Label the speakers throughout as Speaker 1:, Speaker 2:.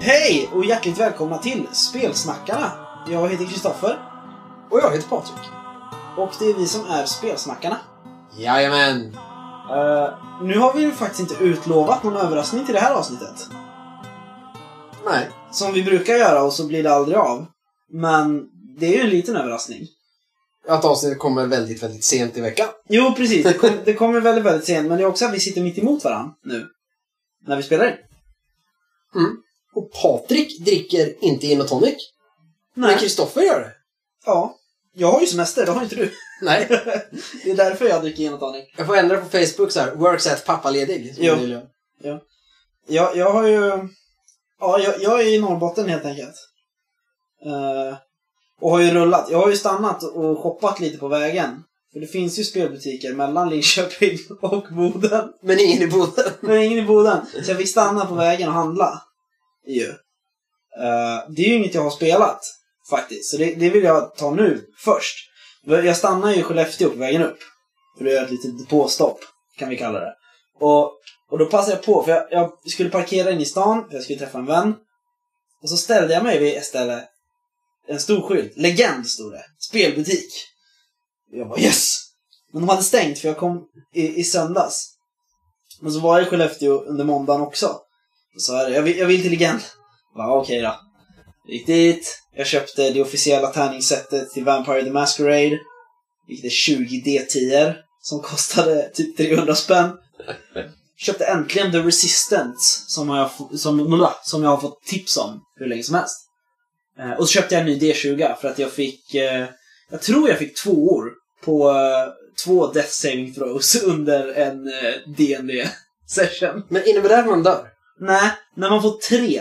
Speaker 1: Hej och hjärtligt välkomna till Spelsnackarna! Jag heter Kristoffer
Speaker 2: Och jag heter Patrik.
Speaker 1: och det är vi som är Spelsnackarna.
Speaker 2: Jajamän!
Speaker 1: Eh, nu har vi ju faktiskt inte utlovat någon överraskning till det här avsnittet.
Speaker 2: Nej.
Speaker 1: Som vi brukar göra och så blir det aldrig av. Men det är ju en liten överraskning.
Speaker 2: Att avsnittet kommer väldigt, väldigt sent i veckan.
Speaker 1: Jo, precis. Det, kom, det kommer väldigt, väldigt sent. Men det är också att vi sitter mitt emot varandra nu. När vi spelar in.
Speaker 2: Och Patrik dricker inte gin och tonic. Men
Speaker 1: Nej.
Speaker 2: Kristoffer gör det.
Speaker 1: Ja. Jag har ju semester, det har inte du.
Speaker 2: Nej.
Speaker 1: Det är därför jag dricker gin och tonic.
Speaker 2: Jag får ändra på Facebook så här. Works at pappaledig. som
Speaker 1: Jo.
Speaker 2: jag vill göra.
Speaker 1: Jag, jag har ju... Ja, jag, jag är i Norrbotten helt enkelt. Eh, och har ju rullat. Jag har ju stannat och shoppat lite på vägen. För det finns ju spelbutiker mellan Linköping och Boden.
Speaker 2: Men ingen i Boden.
Speaker 1: Men ingen i Boden. Så jag fick stanna på vägen och handla. Ju. Eh, det är ju inget jag har spelat faktiskt. Så det, det vill jag ta nu först. Jag stannar ju i Skellefteå på vägen upp. För det är ett litet depåstopp, kan vi kalla det. Och, och då passade jag på, för jag, jag skulle parkera in i stan, för jag skulle träffa en vän. Och så ställde jag mig vid ett ställe. En stor skylt. Legend stod det. Spelbutik. Jag bara yes! Men de hade stängt för jag kom i, i söndags. Men så var jag i Skellefteå under måndagen också. Då sa jag det, jag vill, jag vill till Legend. Jag bara, Okej då. Gick dit. Jag köpte det officiella tärningssättet till Vampire the Masquerade. Vilket är 20 D10 som kostade typ 300 spänn. Köpte äntligen The Resistance som jag, f- som, som jag har fått tips om hur länge som helst. Eh, och så köpte jag en ny D20 för att jag fick, eh, jag tror jag fick två år på eh, två Death Saving Throws under en eh, D&D session
Speaker 2: Men innebär det att man dör?
Speaker 1: Nej, när man får tre.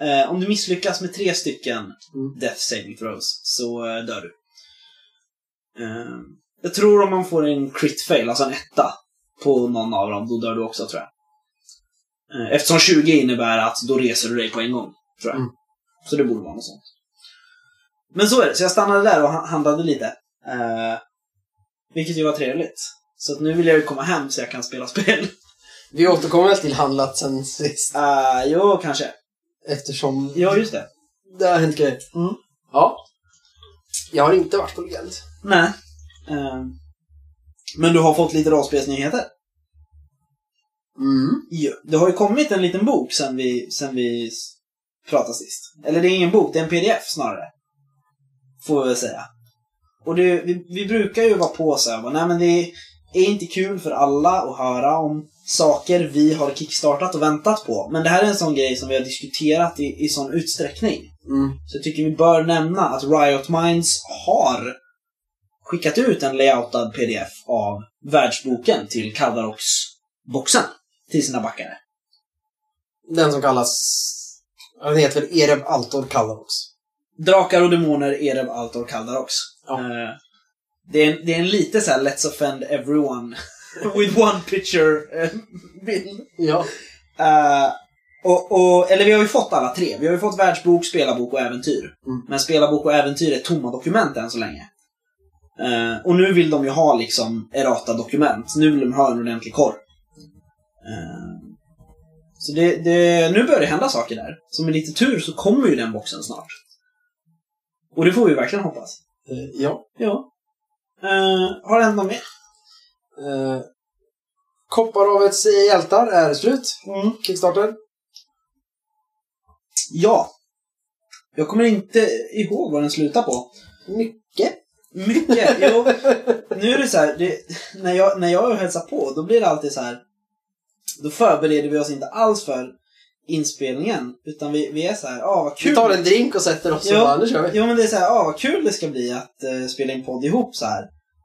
Speaker 1: Eh, om du misslyckas med tre stycken
Speaker 2: Mm.
Speaker 1: Death Saving Throws så eh, dör du. Eh, jag tror om man får en crit fail, alltså en etta, på någon av dem, då dör du också tror jag. Eh, eftersom 20 innebär att då reser du dig på en gång, tror jag.
Speaker 2: Mm.
Speaker 1: Så det borde vara något sånt. Men så är det, så jag stannade där och ha- handlade lite. Eh, vilket ju var trevligt. Så att nu vill jag ju komma hem så jag kan spela spel.
Speaker 2: Vi återkommer väl till handlat sen sist.
Speaker 1: Uh, jo, kanske.
Speaker 2: Eftersom
Speaker 1: Ja, just det.
Speaker 2: det har hänt grejer.
Speaker 1: Mm.
Speaker 2: Ja. Jag har inte varit på Legend.
Speaker 1: Nej. Ehm. Men du har fått lite rollspelsnyheter.
Speaker 2: Mm.
Speaker 1: Jo. Det har ju kommit en liten bok sen vi, sen vi s- pratade sist. Eller det är ingen bok, det är en pdf snarare. Får jag väl säga. Och det, vi, vi brukar ju vara på så här, bara, nej men det är inte kul för alla att höra om saker vi har kickstartat och väntat på. Men det här är en sån grej som vi har diskuterat i, i sån utsträckning.
Speaker 2: Mm.
Speaker 1: Så jag tycker vi bör nämna att Riot Minds har skickat ut en layoutad pdf av världsboken till Kaldarox-boxen. Till sina backare.
Speaker 2: Den som kallas... ja, Den heter väl Ereb Altor Kallarox.
Speaker 1: Drakar och demoner, Ereb, Altor, Kaldarox.
Speaker 2: Ja.
Speaker 1: Eh, det, är en, det är en lite så här Let's offend everyone with one picture eh, bild.
Speaker 2: Ja.
Speaker 1: Eh, och, och, eller vi har ju fått alla tre. Vi har ju fått världsbok, spelarbok och äventyr.
Speaker 2: Mm.
Speaker 1: Men spelarbok och äventyr är tomma dokument än så länge. Eh, och nu vill de ju ha liksom errata dokument. Nu vill de ha en ordentlig korg. Eh, så det, det, nu börjar det hända saker där. Så med lite tur så kommer ju den boxen snart. Och det får vi verkligen hoppas.
Speaker 2: Eh, ja.
Speaker 1: Ja. Eh, har det hänt något mer?
Speaker 2: Eh, Kopparhavets hjältar är slut.
Speaker 3: Mm.
Speaker 2: Kickstarter.
Speaker 1: Ja. Jag kommer inte ihåg vad den slutar på.
Speaker 2: Mycket.
Speaker 1: Mycket. Jo, nu är det så här, det, när, jag, när jag hälsar på, då blir det alltid så här. Då förbereder vi oss inte alls för inspelningen, utan vi, vi är så här, ah vad kul.
Speaker 2: Vi tar en drink och sätter oss
Speaker 1: Ja.
Speaker 2: och bara, nu kör vi.
Speaker 1: Jo, men det är så här, ah vad kul det ska bli att eh, spela in podd ihop så här.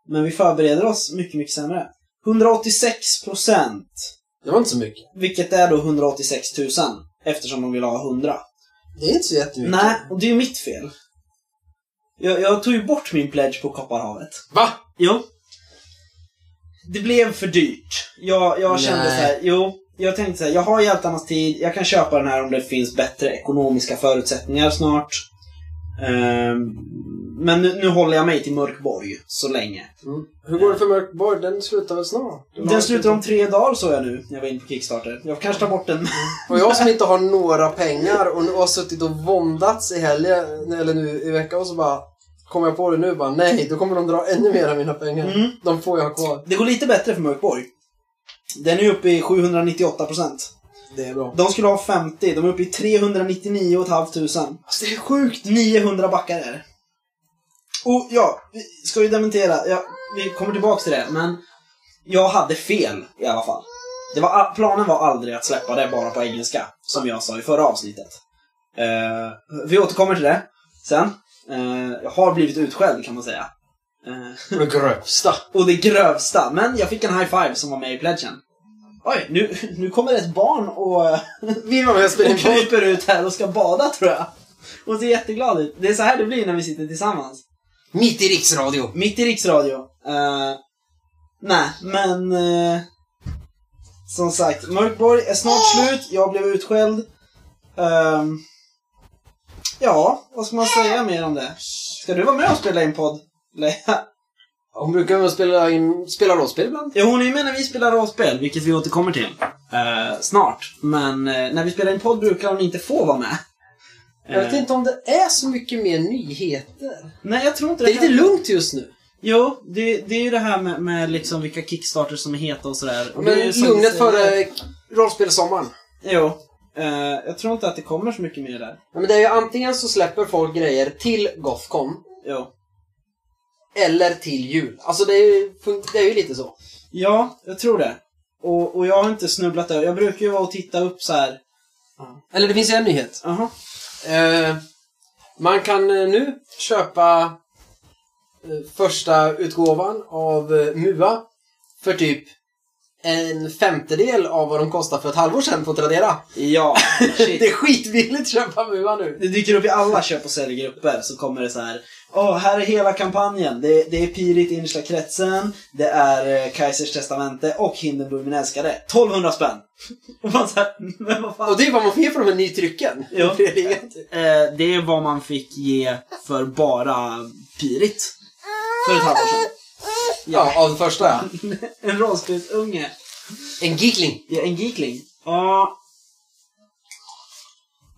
Speaker 1: Men vi förbereder oss mycket, mycket sämre. 186 procent,
Speaker 2: Det var inte så mycket.
Speaker 1: vilket är då 186 000, eftersom de vill ha 100.
Speaker 2: Det är inte så jättemycket.
Speaker 1: Nej, och det är ju mitt fel. Jag, jag tog ju bort min pledge på Kopparhavet.
Speaker 2: Va?
Speaker 1: Jo. Det blev för dyrt. Jag, jag kände så
Speaker 2: Nej.
Speaker 1: här, jo. Jag tänkte så här, jag har hjältarnas tid, jag kan köpa den här om det finns bättre ekonomiska förutsättningar snart. Ehm, men nu, nu håller jag mig till Mörkborg så länge.
Speaker 3: Hur går det för Mörkborg? Den slutar väl snart? Du har- typ-
Speaker 1: Den slutar om tre dagar såg jag nu när jag var inne på Kickstarter. Jag kanske tar bort den.
Speaker 3: Och jag som inte har några pengar och nu har suttit och våndats i helgen, eller nu i veckan och så bara Kommer jag på det nu bara nej, då kommer de dra ännu mer av mina pengar.
Speaker 1: Mm.
Speaker 3: De får jag ha kvar.
Speaker 1: Det går lite bättre för Mörkborg. Den är uppe i 798 procent.
Speaker 3: Det är bra.
Speaker 1: De skulle ha 50, de är uppe i 399 500. Alltså det är sjukt! 900 backar är det. Och ja, vi ska ju dementera, ja, vi kommer tillbaks till det, men jag hade fel i alla fall. Det var, all- planen var aldrig att släppa det bara på engelska, som jag sa i förra avsnittet. Eh, vi återkommer till det sen. Eh, jag har blivit utskälld kan man säga. Eh,
Speaker 3: Det grövsta.
Speaker 1: och det grövsta. Men jag fick en high five som var med i pledgen. Oj, nu, nu kommer ett barn och, eh,
Speaker 3: Vi var med och spelade
Speaker 1: och
Speaker 3: in podd.
Speaker 1: kryper ut här och ska bada tror jag. Och ser jätteglad ut. Det är så här det blir när vi sitter tillsammans.
Speaker 2: Mitt i riksradio.
Speaker 1: Mitt i riksradio. Eh, nej, men... eh, som sagt, Mörkborg är snart slut. Jag blev utskälld. Ehm, ja, vad ska man säga mer om det? Ska du vara med och spela in podd? Leia?
Speaker 3: Hon brukar väl spela, in, spela rollspel ibland.
Speaker 1: Ja, hon är ju med när vi spelar rollspel, vilket vi återkommer till eh, snart. Men eh, när vi spelar in podd brukar hon inte få vara med.
Speaker 3: Jag vet
Speaker 1: Eh,
Speaker 3: inte om det är så mycket mer nyheter.
Speaker 1: Nej, jag tror inte
Speaker 3: Det är lite
Speaker 1: här-
Speaker 3: lugnt just nu.
Speaker 1: Jo, det, det är ju det här med, med liksom vilka kickstarters som är heta och sådär. Och det är
Speaker 3: Men
Speaker 1: ju som
Speaker 3: lugnet
Speaker 1: vi säger-
Speaker 3: före rollspelssommaren.
Speaker 1: Jo. Eh, jag tror inte att det kommer så mycket mer där.
Speaker 3: Ja, men det är ju antingen så släpper folk grejer till Gothcon
Speaker 1: Jo.
Speaker 3: eller till jul. Alltså det är ju, fun- det är ju lite så.
Speaker 1: Ja, jag tror det. Och, och jag har inte snubblat över. Jag brukar ju vara och titta upp så här.
Speaker 3: Eller det finns ju en nyhet.
Speaker 1: Jaha.
Speaker 3: Eh, man kan eh, nu köpa eh, första utgåvan av eh, MUA för typ en femtedel av vad de kostade för ett halvår sedan på Tradera.
Speaker 1: Ja, shit.
Speaker 3: Det är skitbilligt att köpa MUA nu.
Speaker 1: Det dyker upp i alla köp och säljgrupper så kommer det så här. Åh, här är hela kampanjen. Det, det är Pirit i innersta kretsen, det är eh, Kaisers testamente och Hindenburg min älskade. 1200 spänn! Och man så här, men vad fan.
Speaker 3: Och det är vad man får ge för de här nytrycken.
Speaker 1: Ja.
Speaker 3: Det är inget-
Speaker 1: Eh, det är vad man fick ge för bara Pirit. För ett halvår sedan.
Speaker 3: ja, av den första ja.
Speaker 1: En rollspelsunge.
Speaker 3: En giggling.
Speaker 1: Ja, en geekling. Ja.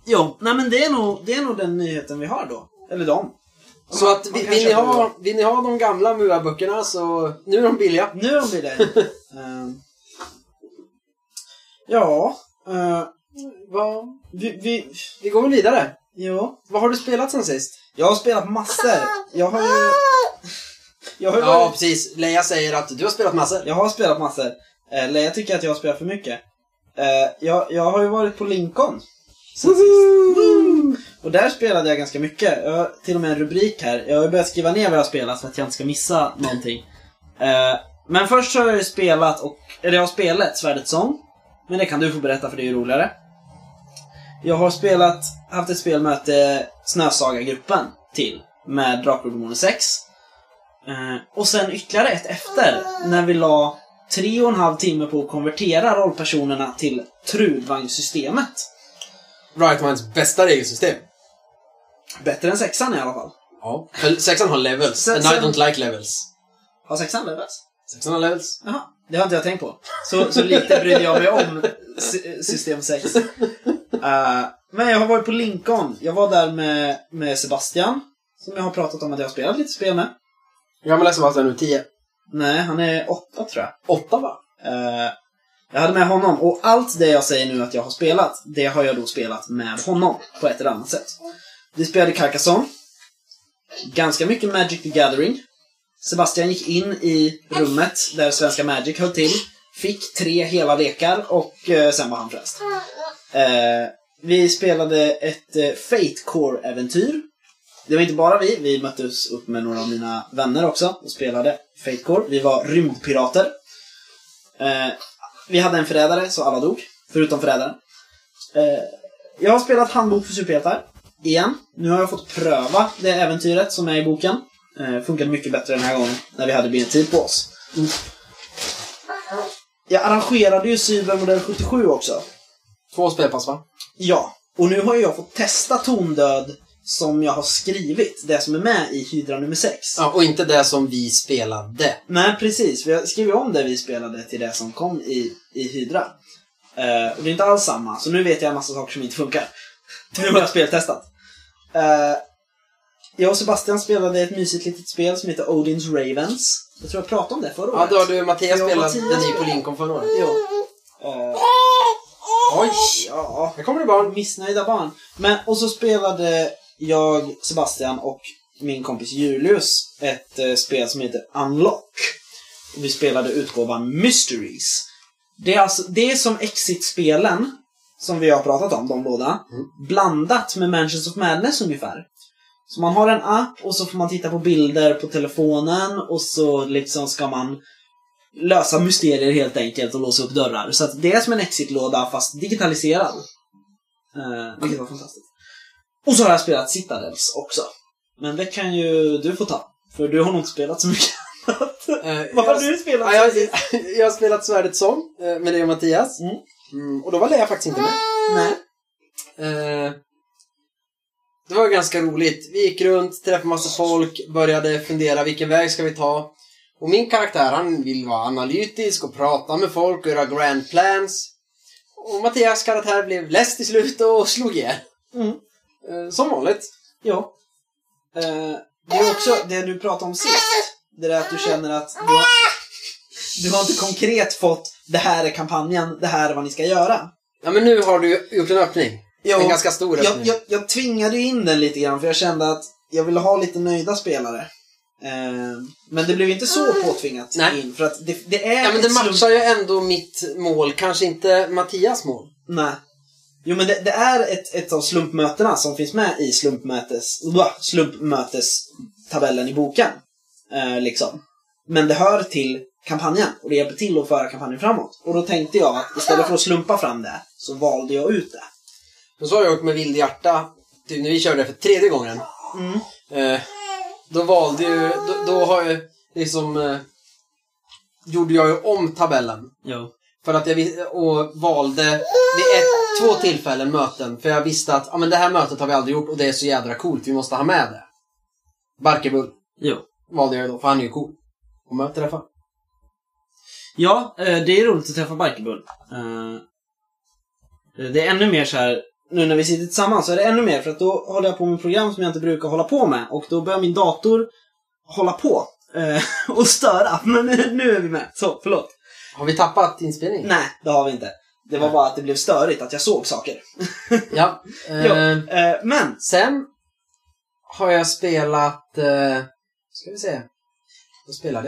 Speaker 1: Jo, nej men det är, nog, det är nog den nyheten vi har då. Eller dem.
Speaker 3: Så att
Speaker 1: Man
Speaker 3: vill,
Speaker 1: kan
Speaker 3: vill, ni
Speaker 1: köpa
Speaker 3: ha, vill ni ha de gamla MUA-böckerna så nu är de billiga.
Speaker 1: Nu om det är det. Ehm. ja. eh,
Speaker 3: Va?
Speaker 1: vi, vi,
Speaker 3: Vi går väl vidare.
Speaker 1: ja.
Speaker 3: Vad har du spelat sen sist?
Speaker 1: Jag har spelat massor. Jag har ju... Jag har, ju
Speaker 3: Ja,
Speaker 1: varit,
Speaker 3: precis. Leia säger att du har spelat massor.
Speaker 1: Alltså, jag har spelat massor. Eh, Eller jag tycker att jag har spelat för mycket. Eh, jag, jag har ju varit på Lincoln. Sen sist. Woo! Och där spelade jag ganska mycket. Jag har till och med en rubrik här. Jag har ju börjat skriva ner vad jag har spelat för att jag inte ska missa någonting. Eh, men först så har jag ju spelat, och, eller jag har spelat Svärdets sång. Men det kan du få berätta för det är ju roligare. Jag har spelat, haft ett spelmöte Snösaga-gruppen till med Drakar och Demoner 6. Eh, och sen ytterligare ett efter när vi la tre och en halv timme på att konvertera rollpersonerna till Trudvagnssystemet.
Speaker 3: Right Minds bästa regelsystem.
Speaker 1: Bättre än sexan i alla fall.
Speaker 3: Ja. För sexan har levels.
Speaker 1: Sen-
Speaker 3: And I
Speaker 1: sen-
Speaker 3: don't like levels.
Speaker 1: Har sexan levels?
Speaker 3: Sexan har levels.
Speaker 1: Jaha, det har inte jag tänkt på. Så, så lite brydde jag mig om sy- system 6. Eh, men jag har varit på Lincoln. Jag var där med, med Sebastian. Som jag har pratat om att jag har spelat lite spel med.
Speaker 3: Hur gammal är Sebastian nu? 10?
Speaker 1: Nej, han är åtta tror jag.
Speaker 3: 8 va?
Speaker 1: Eh, jag hade med honom och allt det jag säger nu att jag har spelat, det har jag då spelat med honom på ett eller annat sätt. Vi spelade Carcassonne. Ganska mycket Magic the Gathering. Sebastian gick in i rummet där Svenska Magic höll till, fick tre hela lekar och eh, sen var han frälst. Eh, vi spelade ett eh, Fate Core-äventyr. Det var inte bara vi, vi möttes upp med några av mina vänner också och spelade Fate Core. Vi var rymdpirater. Eh, vi hade en förrädare, så alla dog. Förutom förrädaren. Eh, jag har spelat handbok för superhjältar. Igen. Nu har jag fått pröva det äventyret som är i boken. Eh, funkade mycket bättre den här gången, när vi hade mer tid på oss. Jag arrangerade ju cybermodell 77 också.
Speaker 3: Två spelpass va?
Speaker 1: Ja, och nu har ju jag fått testa tondöd som jag har skrivit. Det som är med i Hydra nummer 6.
Speaker 3: Ja, och inte det som vi spelade.
Speaker 1: Nej, precis. Vi har skrivit om det vi spelade till det som kom i, i Hydra. Eh, och det är inte alls samma, så nu vet jag en massa saker som inte funkar. Nu har jag speltestat. Eh, jag och Sebastian spelade ett mysigt litet spel som heter Odins Ravens. Jag tror jag pratade om det förra
Speaker 3: Ja,
Speaker 1: året.
Speaker 3: då har du Mattias
Speaker 1: Ja,
Speaker 3: spelat
Speaker 1: Mattias.
Speaker 3: den ny på Lincoln förra året.
Speaker 1: Jo. Eh,
Speaker 3: Oj!
Speaker 1: ja,
Speaker 3: Här kommer det barn.
Speaker 1: missnöjda barn. Men, och så spelade jag, Sebastian och min kompis Julius ett eh, spel som heter Unlock. Och vi spelade utgåvan Mysteries. Det är alltså, det är som Exit-spelen, som vi har pratat om, de båda, blandat med Mansions of Madness ungefär. Så man har en app och så får man titta på bilder på telefonen och så liksom ska man lösa mysterier helt enkelt och låsa upp dörrar. Så att det är som en Exit-låda fast digitaliserad. Eh, vilket var fantastiskt. Och så har jag spelat Citadels också. Men det kan ju du få ta. För du har nog inte spelat så mycket annat.
Speaker 3: Eh,
Speaker 1: Vad har
Speaker 3: jag-
Speaker 1: du spelat?
Speaker 3: Ja, jag, jag har spelat Svärdet som eh, med dig och Mattias.
Speaker 1: Mm.
Speaker 3: Mm, och då var Lea faktiskt inte med.
Speaker 1: Nej.
Speaker 3: Eh, det var ganska roligt. Vi gick runt, träffade massa folk, började fundera vilken väg ska vi ta. Och min karaktär, han vill vara analytisk och prata med folk och göra grand plans. Och Mattias karaktär blev läst till slut och slog ihjäl.
Speaker 1: Mm.
Speaker 3: Eh, som vanligt.
Speaker 1: Ja. Eh, det är också det du pratade om sist. Det där att du känner att du har, du har inte konkret fått det här är kampanjen, det här är vad ni ska göra.
Speaker 3: Ja, men nu har du gjort en öppning.
Speaker 1: Jo,
Speaker 3: en ganska stor öppning.
Speaker 1: jag, jag, jag tvingade ju in den lite grann för jag kände att jag ville ha lite nöjda spelare. Eh, men det blev inte så påtvingat
Speaker 3: Nej.
Speaker 1: in för att det, det är
Speaker 3: Ja, men
Speaker 1: ett
Speaker 3: det
Speaker 1: slump-
Speaker 3: matchar ju ändå mitt mål, kanske inte Mattias mål.
Speaker 1: Nej. Jo men det, det är ett, ett av slumpmötena som finns med i slumpmötes, blah, slumpmötestabellen i boken. Eh, liksom. Men det hör till kampanjen och det hjälper till att föra kampanjen framåt. Och då tänkte jag att istället för att slumpa fram det så valde jag ut det.
Speaker 3: Men så har jag gjort med Vild Hjärta, typ när vi körde det för tredje gången.
Speaker 1: Mm.
Speaker 3: Eh, då valde ju, då, då har jag liksom, eh, gjorde jag ju om tabellen.
Speaker 1: Jo.
Speaker 3: För att jag vis- och valde vid ett, två tillfällen möten. För jag visste att ah, men det här mötet har vi aldrig gjort och det är så jädra coolt, vi måste ha med det. Barkebull
Speaker 1: Jo.
Speaker 3: valde jag ju då, för han är ju cool. Och man träffa.
Speaker 1: Ja, eh, det är roligt att träffa Barkebull. Eh, Det är ännu mer så här, nu när vi sitter tillsammans så är det ännu mer för att då håller jag på med program som jag inte brukar hålla på med och då börjar min dator hålla på eh, och störa. Men nu- nu är vi med. Så, förlåt.
Speaker 3: Har vi tappat inspelningen?
Speaker 1: Nej, det har vi inte. Det var bara att det blev störigt, att jag såg saker.
Speaker 3: Ja. Eh,
Speaker 1: Eh, Men,
Speaker 3: Sen har jag spelat... Eh, ska vi se. Vad spelade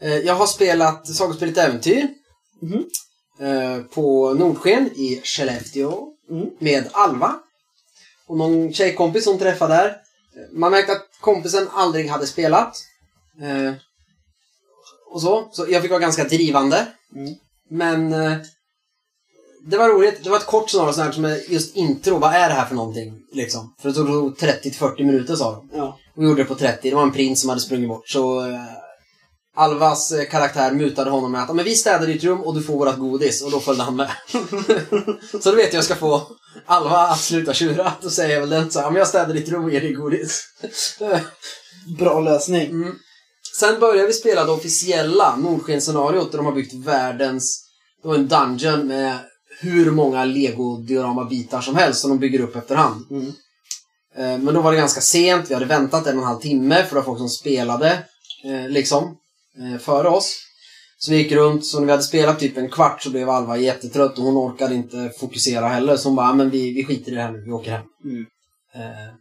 Speaker 3: jag? Eh, jag har spelat Sagospelet Äventyr.
Speaker 1: Mhm.
Speaker 3: Eh, på Nordsken i Skellefteå.
Speaker 1: Mm.
Speaker 3: Med Alva. Och någon tjejkompis hon träffade där. Eh, Man märkte att kompisen aldrig hade spelat. Eh, och så. Så jag fick vara ganska drivande.
Speaker 1: Mm.
Speaker 3: Men... Eh, det var roligt. Det var ett kort scenario sånt här som är just intro. Vad är det här för någonting? Liksom. För det tog 30-40 minuter sa de.
Speaker 1: ja.
Speaker 3: Och gjorde det på 30. Det var en prins som hade sprungit bort. Så eh, Alvas eh, karaktär mutade honom med att "Ja, men vi städar ditt rum och du får vårat godis. Och då följde han med. så då vet jag att jag ska få Alva att sluta tjura. Då säger jag väl den så här, "Ja, men jag städar ditt rum och ger dig godis.
Speaker 1: bra lösning.
Speaker 3: Mm. Sen börjar vi spela det officiella Nordsken-scenariot där de har byggt världens... Det var en dungeon med hur många lego-diorama-bitar som helst som de bygger upp efterhand.
Speaker 1: Mm.
Speaker 3: Eh, Men då var det ganska sent, vi hade väntat en och en halv timme för det var folk som spelade eh, liksom eh, före oss. Så vi gick runt, så när vi hade spelat typ en kvart så blev Alva jättetrött och hon orkade inte fokusera heller. Så hon bara, "Ah, men vi, vi skiter i det här nu, vi åker hem.
Speaker 1: Mm.
Speaker 3: Eh.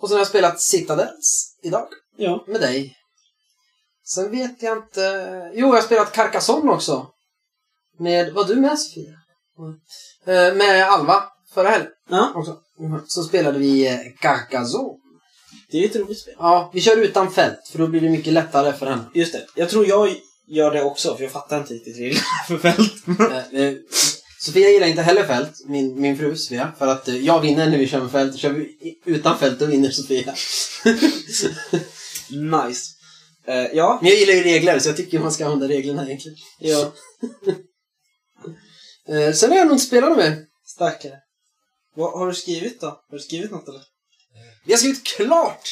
Speaker 3: Och sen har jag spelat Citadels idag
Speaker 1: Ja.
Speaker 3: med dig. Sen vet jag inte... Jo, jag har spelat Carcassonne också. Med... Var du med Sofia? Mm. Eh, Med Alva förra helgen
Speaker 1: ja,
Speaker 3: också. Mm. Så spelade vi eh, Carcassonne.
Speaker 1: det är ett roligt spel.
Speaker 3: Ja, vi kör utan fält för då blir det mycket lättare för henne.
Speaker 1: Just det, jag tror jag gör det också för jag fattar inte riktigt reglerna för fält.
Speaker 3: Eh, eh, Sofia gillar inte heller fält, min, min fru Sofia, för att eh, jag vinner när vi kör med fält. Kör vi i- utan fält då vinner Sofia.
Speaker 1: Nice. Eh, ja,
Speaker 3: Men jag gillar ju regler så jag tycker man ska använda reglerna egentligen.
Speaker 1: ja.
Speaker 3: Eh, Sen har jag nog inte spelat något mer.
Speaker 1: Stackare. Vad har du skrivit då? Har du skrivit något eller?
Speaker 3: Vi har skrivit klart!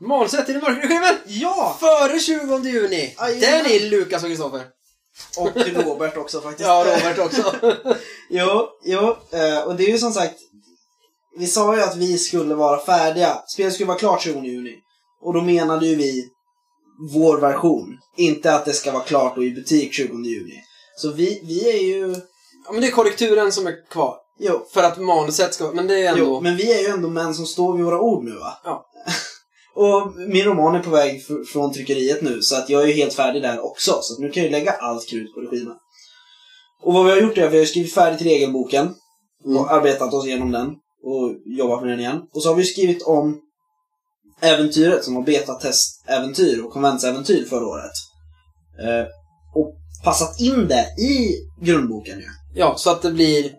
Speaker 3: Manuset i den mörka regimen!
Speaker 1: Ja!
Speaker 3: Före 20 juni!
Speaker 1: Aj,
Speaker 3: Den
Speaker 1: jajamän.
Speaker 3: är Lukas och Kristoffer.
Speaker 1: Och Robert också faktiskt.
Speaker 3: Ja, Robert också.
Speaker 1: Jo, jo. eh, Och det är ju som sagt. Vi sa ju att vi skulle vara färdiga. Spelet skulle vara klart 20 juni. Och då menade ju vi vår version. Inte att det ska vara klart och i butik 20 juni. Så vi, vi är ju...
Speaker 3: ja, men det är korrekturen som är kvar.
Speaker 1: Jo,
Speaker 3: För att manuset ska... Men det är ändå...
Speaker 1: jo, men vi är ju ändå män som står vid våra ord nu va?
Speaker 3: Ja.
Speaker 1: och min roman är på väg fr- från tryckeriet nu så att jag är ju helt färdig där också. Så att nu kan jag ju lägga allt krut på regimen. Och vad vi har gjort är att vi har skrivit färdigt regelboken.
Speaker 2: Mm.
Speaker 1: och arbetat oss igenom den och jobbat med den igen. Och så har vi skrivit om äventyret som var betatestäventyr och konventsäventyr förra året. Eh, och passat in det i grundboken ju.
Speaker 3: Ja, så att det blir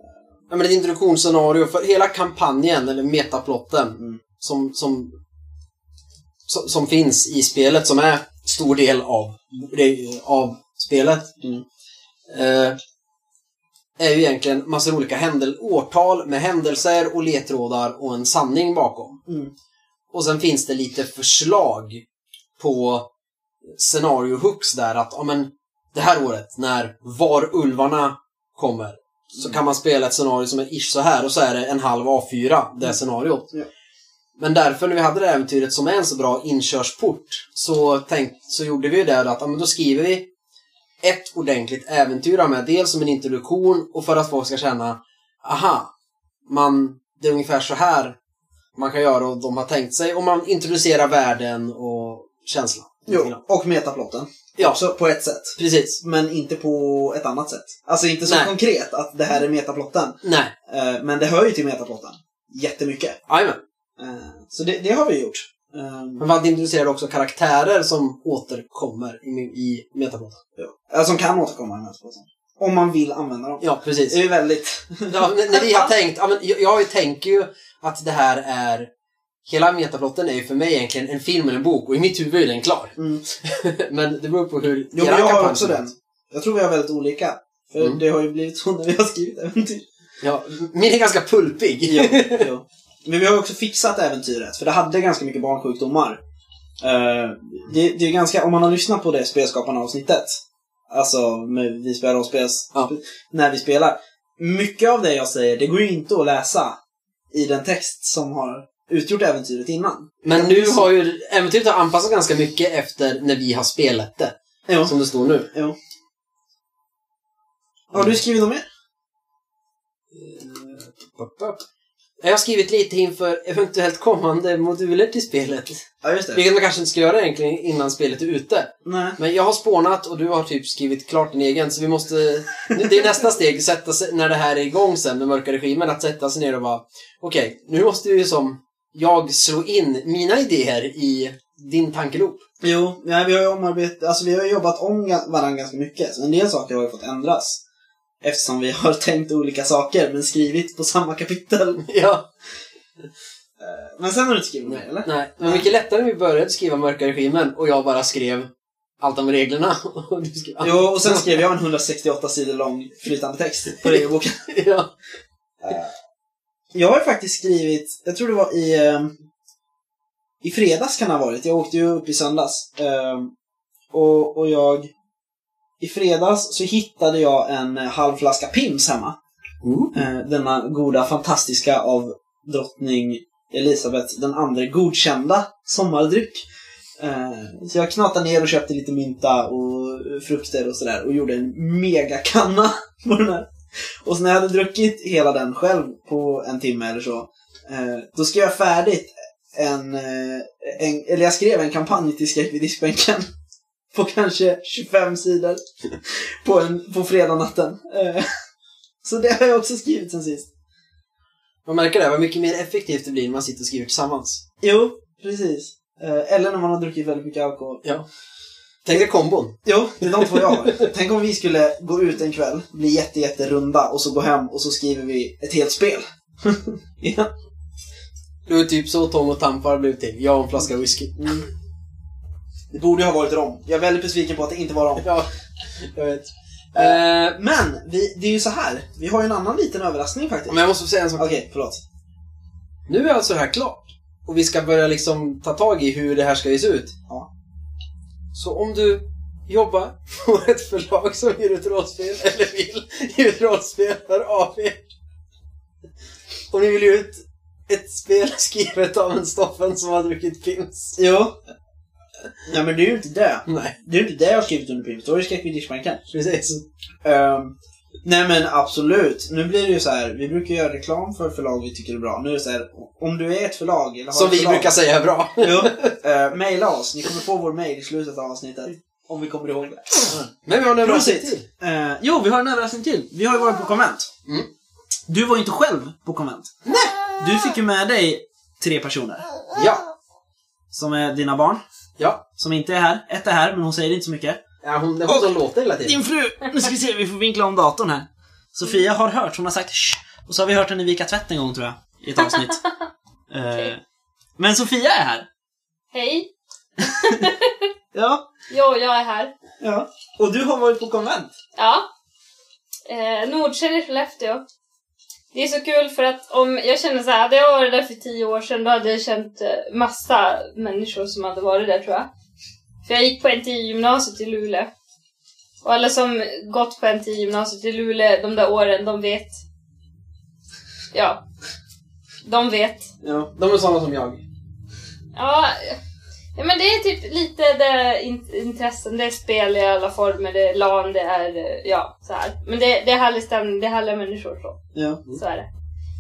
Speaker 3: ja, men ett introduktionsscenario för hela kampanjen, eller metaplotten,
Speaker 1: Mm.
Speaker 3: som, som, som, som finns i spelet, som är stor del av, det- av spelet.
Speaker 1: Mm.
Speaker 3: Eh, är ju egentligen massor olika händel, årtal med händelser och ledtrådar och en sanning bakom.
Speaker 1: Mm.
Speaker 3: Och sen finns det lite förslag på scenario-hooks där att, ja men, det här året när varulvarna kommer så kan man spela ett scenario som är ish så här och så är det en halv A4, det scenariot.
Speaker 1: Ja.
Speaker 3: Men därför när vi hade det här äventyret som är en så bra inkörsport så, tänk, så gjorde vi ju det att ja, men då skriver vi ett ordentligt äventyr med, dels som en introduktion och för att folk ska känna aha, man, det är ungefär så här man kan göra och de har tänkt sig och man introducerar världen och känslan.
Speaker 1: Och metaplotten.
Speaker 3: Ja.
Speaker 1: Också på ett sätt.
Speaker 3: Precis.
Speaker 1: Men inte på ett annat sätt. Alltså inte så
Speaker 3: Nej.
Speaker 1: konkret att det här är metaplotten.
Speaker 3: Nej.
Speaker 1: Eh, men det hör ju till metaplotten. Jättemycket.
Speaker 3: Jajamän.
Speaker 1: Eh, så det, det har vi gjort. Ehm,
Speaker 3: Men man introducerar också karaktärer som återkommer i, i metaplotten.
Speaker 1: ja, som kan återkomma i metaplotten. Om man vill använda dem.
Speaker 3: Ja, precis.
Speaker 1: Det är ju väldigt...
Speaker 3: Ja, men när vi har tänkt, ja, men jag, jag tänker ju att det här är Hela metaplotten är ju för mig egentligen en film eller en bok och i mitt huvud är den klar.
Speaker 1: Mm.
Speaker 3: men det beror på hur
Speaker 1: Jo,
Speaker 3: era
Speaker 1: men jag har
Speaker 3: kampanj
Speaker 1: också
Speaker 3: ser ut.
Speaker 1: den. Jag tror vi har väldigt olika. För
Speaker 3: Mm.
Speaker 1: det har ju blivit så när vi har skrivit äventyr.
Speaker 3: Ja, min är ganska pulpig.
Speaker 1: jo. Men vi har också fixat äventyret, för det hade ganska mycket barnsjukdomar. Eh, det, det är ganska, om man har lyssnat på det Spelskaparna-avsnittet, alltså med Vi spelar rollspel,
Speaker 3: Ja.
Speaker 1: när vi spelar. Mycket av det jag säger, det går ju inte att läsa i den text som har utgjort äventyret innan.
Speaker 3: Men nu har ju äventyret har anpassats ganska mycket efter när vi har spelat det.
Speaker 1: Jo.
Speaker 3: Som det står nu.
Speaker 1: jo. Har du skrivit något mer?
Speaker 3: Jag har skrivit lite inför eventuellt kommande moduler till spelet.
Speaker 1: Ja, just det.
Speaker 3: Vilket man kanske inte ska göra egentligen innan spelet är ute.
Speaker 1: Nej.
Speaker 3: Men jag har spånat och du har typ skrivit klart din egen så vi måste... nu- Det är nästa steg, sätta sig, när det här är igång sen med mörka regimen, att sätta sig ner och bara Okej, nu måste ju som jag slå in mina idéer i din tankeloop.
Speaker 1: Jo, nej, vi har ju omarbet- alltså, vi har ju jobbat om ga- varandra ganska mycket. Så en del saker har ju fått ändras. Eftersom vi har tänkt olika saker men skrivit på samma kapitel.
Speaker 3: Ja.
Speaker 1: Men sen har du inte skrivit mer eller?
Speaker 3: Nej, men mycket lättare när vi började skriva mörka regimen och jag bara skrev allt om reglerna. Och du skrev
Speaker 1: Jo, och sen skrev jag en 168 sidor lång flytande text på regelboken.
Speaker 3: ja.
Speaker 1: Jag har ju faktiskt skrivit, jag tror det var i... eh, I fredags kan det ha varit, jag åkte ju upp i söndags. Eh, Och, och jag... I fredags så hittade jag en eh, halv flaska Pims hemma. Eh, denna goda, fantastiska av drottning Elisabeth den andra godkända sommardryck. Eh, Så jag knatade ner och köpte lite mynta och frukter och sådär och gjorde en megakanna på den här. Och sen när jag hade druckit hela den själv på en timme eller så, eh, då skrev jag färdigt en, eh, en eller jag skrev en kampanj till Skräck vid diskbänken på kanske 25 sidor på, en, på fredagnatten. Eh, så det har jag också skrivit sen sist.
Speaker 3: Man märker det, vad mycket mer effektivt det blir när man sitter och skriver tillsammans.
Speaker 1: Jo, precis. Eh, Eller när man har druckit väldigt mycket alkohol.
Speaker 3: Tänk dig kombon.
Speaker 1: Jo, det är de två jag har. Tänk om vi skulle gå ut en kväll, bli jätte, jätterunda och så gå hem och så skriver vi ett helt spel. ja.
Speaker 3: Det var typ så Tom och Tampar blev till. Jag och en flaska whisky.
Speaker 1: mm. Det borde ju ha varit rom. Jag är väldigt besviken på att det inte var rom.
Speaker 3: Ja, jag vet. Eh,
Speaker 1: Men, vi, det är ju så här. Vi har ju en annan liten överraskning faktiskt.
Speaker 3: men jag måste få säga en sak.
Speaker 1: Okej, förlåt.
Speaker 3: Nu är alltså det här klart. Och vi ska börja liksom ta tag i hur det här ska ges ut.
Speaker 1: Ja.
Speaker 3: Så om du jobbar på ett förlag som ger ut rollspel, eller vill ge ut rollspel, hör av er. Om ni vill ge ut ett spel skrivet av en Stoffen som har druckit pins.
Speaker 1: Jo. Nej men det är ju inte det.
Speaker 3: Nej,
Speaker 1: Det är ju inte det jag har skrivit under Pimp Story, skräck vid diskbänken.
Speaker 3: precis.
Speaker 1: Ehm, nej men absolut. Nu blir det ju så här, vi brukar göra reklam för förlag vi tycker är bra. Nu är det så här, om du är ett förlag eller har
Speaker 3: Som
Speaker 1: ett
Speaker 3: vi
Speaker 1: förlag,
Speaker 3: brukar säga är bra.
Speaker 1: Jo, eh, mejla oss. Ni kommer få vår mejl i slutet av avsnittet. Om vi kommer ihåg det.
Speaker 3: Men vi har en
Speaker 1: Prosit.
Speaker 3: överraskning till.
Speaker 1: Eh, jo, vi har en överraskning till. Vi har ju varit på konvent.
Speaker 3: Mm.
Speaker 1: Du var ju inte själv på konvent. Nej! Du fick ju med dig tre personer.
Speaker 3: Ja,
Speaker 1: Som är dina barn.
Speaker 3: ja.
Speaker 1: Som inte är här. Ett är här, men hon säger inte så mycket.
Speaker 3: ja hon, det var som låter hela tiden.
Speaker 1: Din fru! Nu ska vi se, vi får vinkla om datorn här. Sofia har hört, hon har sagt Shh. Och så har vi hört henne vika tvätt en gång tror jag. I ett avsnitt. Eh, men Sofia är här.
Speaker 4: Hej!
Speaker 1: Ja.
Speaker 4: Jo, jag är här.
Speaker 1: ja. Och du har varit på konvent.
Speaker 4: Ja. Eh, Nordsjön i Skellefteå. Det är så kul för att om jag känner så här, hade jag varit där för tio år sedan då hade jag känt eh, massa människor som hade varit där tror jag. För jag gick på NTI-gymnasiet i Luleå. Och alla som gått på NTI-gymnasiet i Luleå de där åren, de vet. Ja. De vet.
Speaker 3: Ja, de är sådana som jag.
Speaker 4: Ja, ja men det är typ lite det in- intressen. Det är spel i alla former, det är LAN, det är eh, ja, så här. Men det, det är härlig stämning, det är härliga människor så.
Speaker 1: Ja.
Speaker 4: Så är det.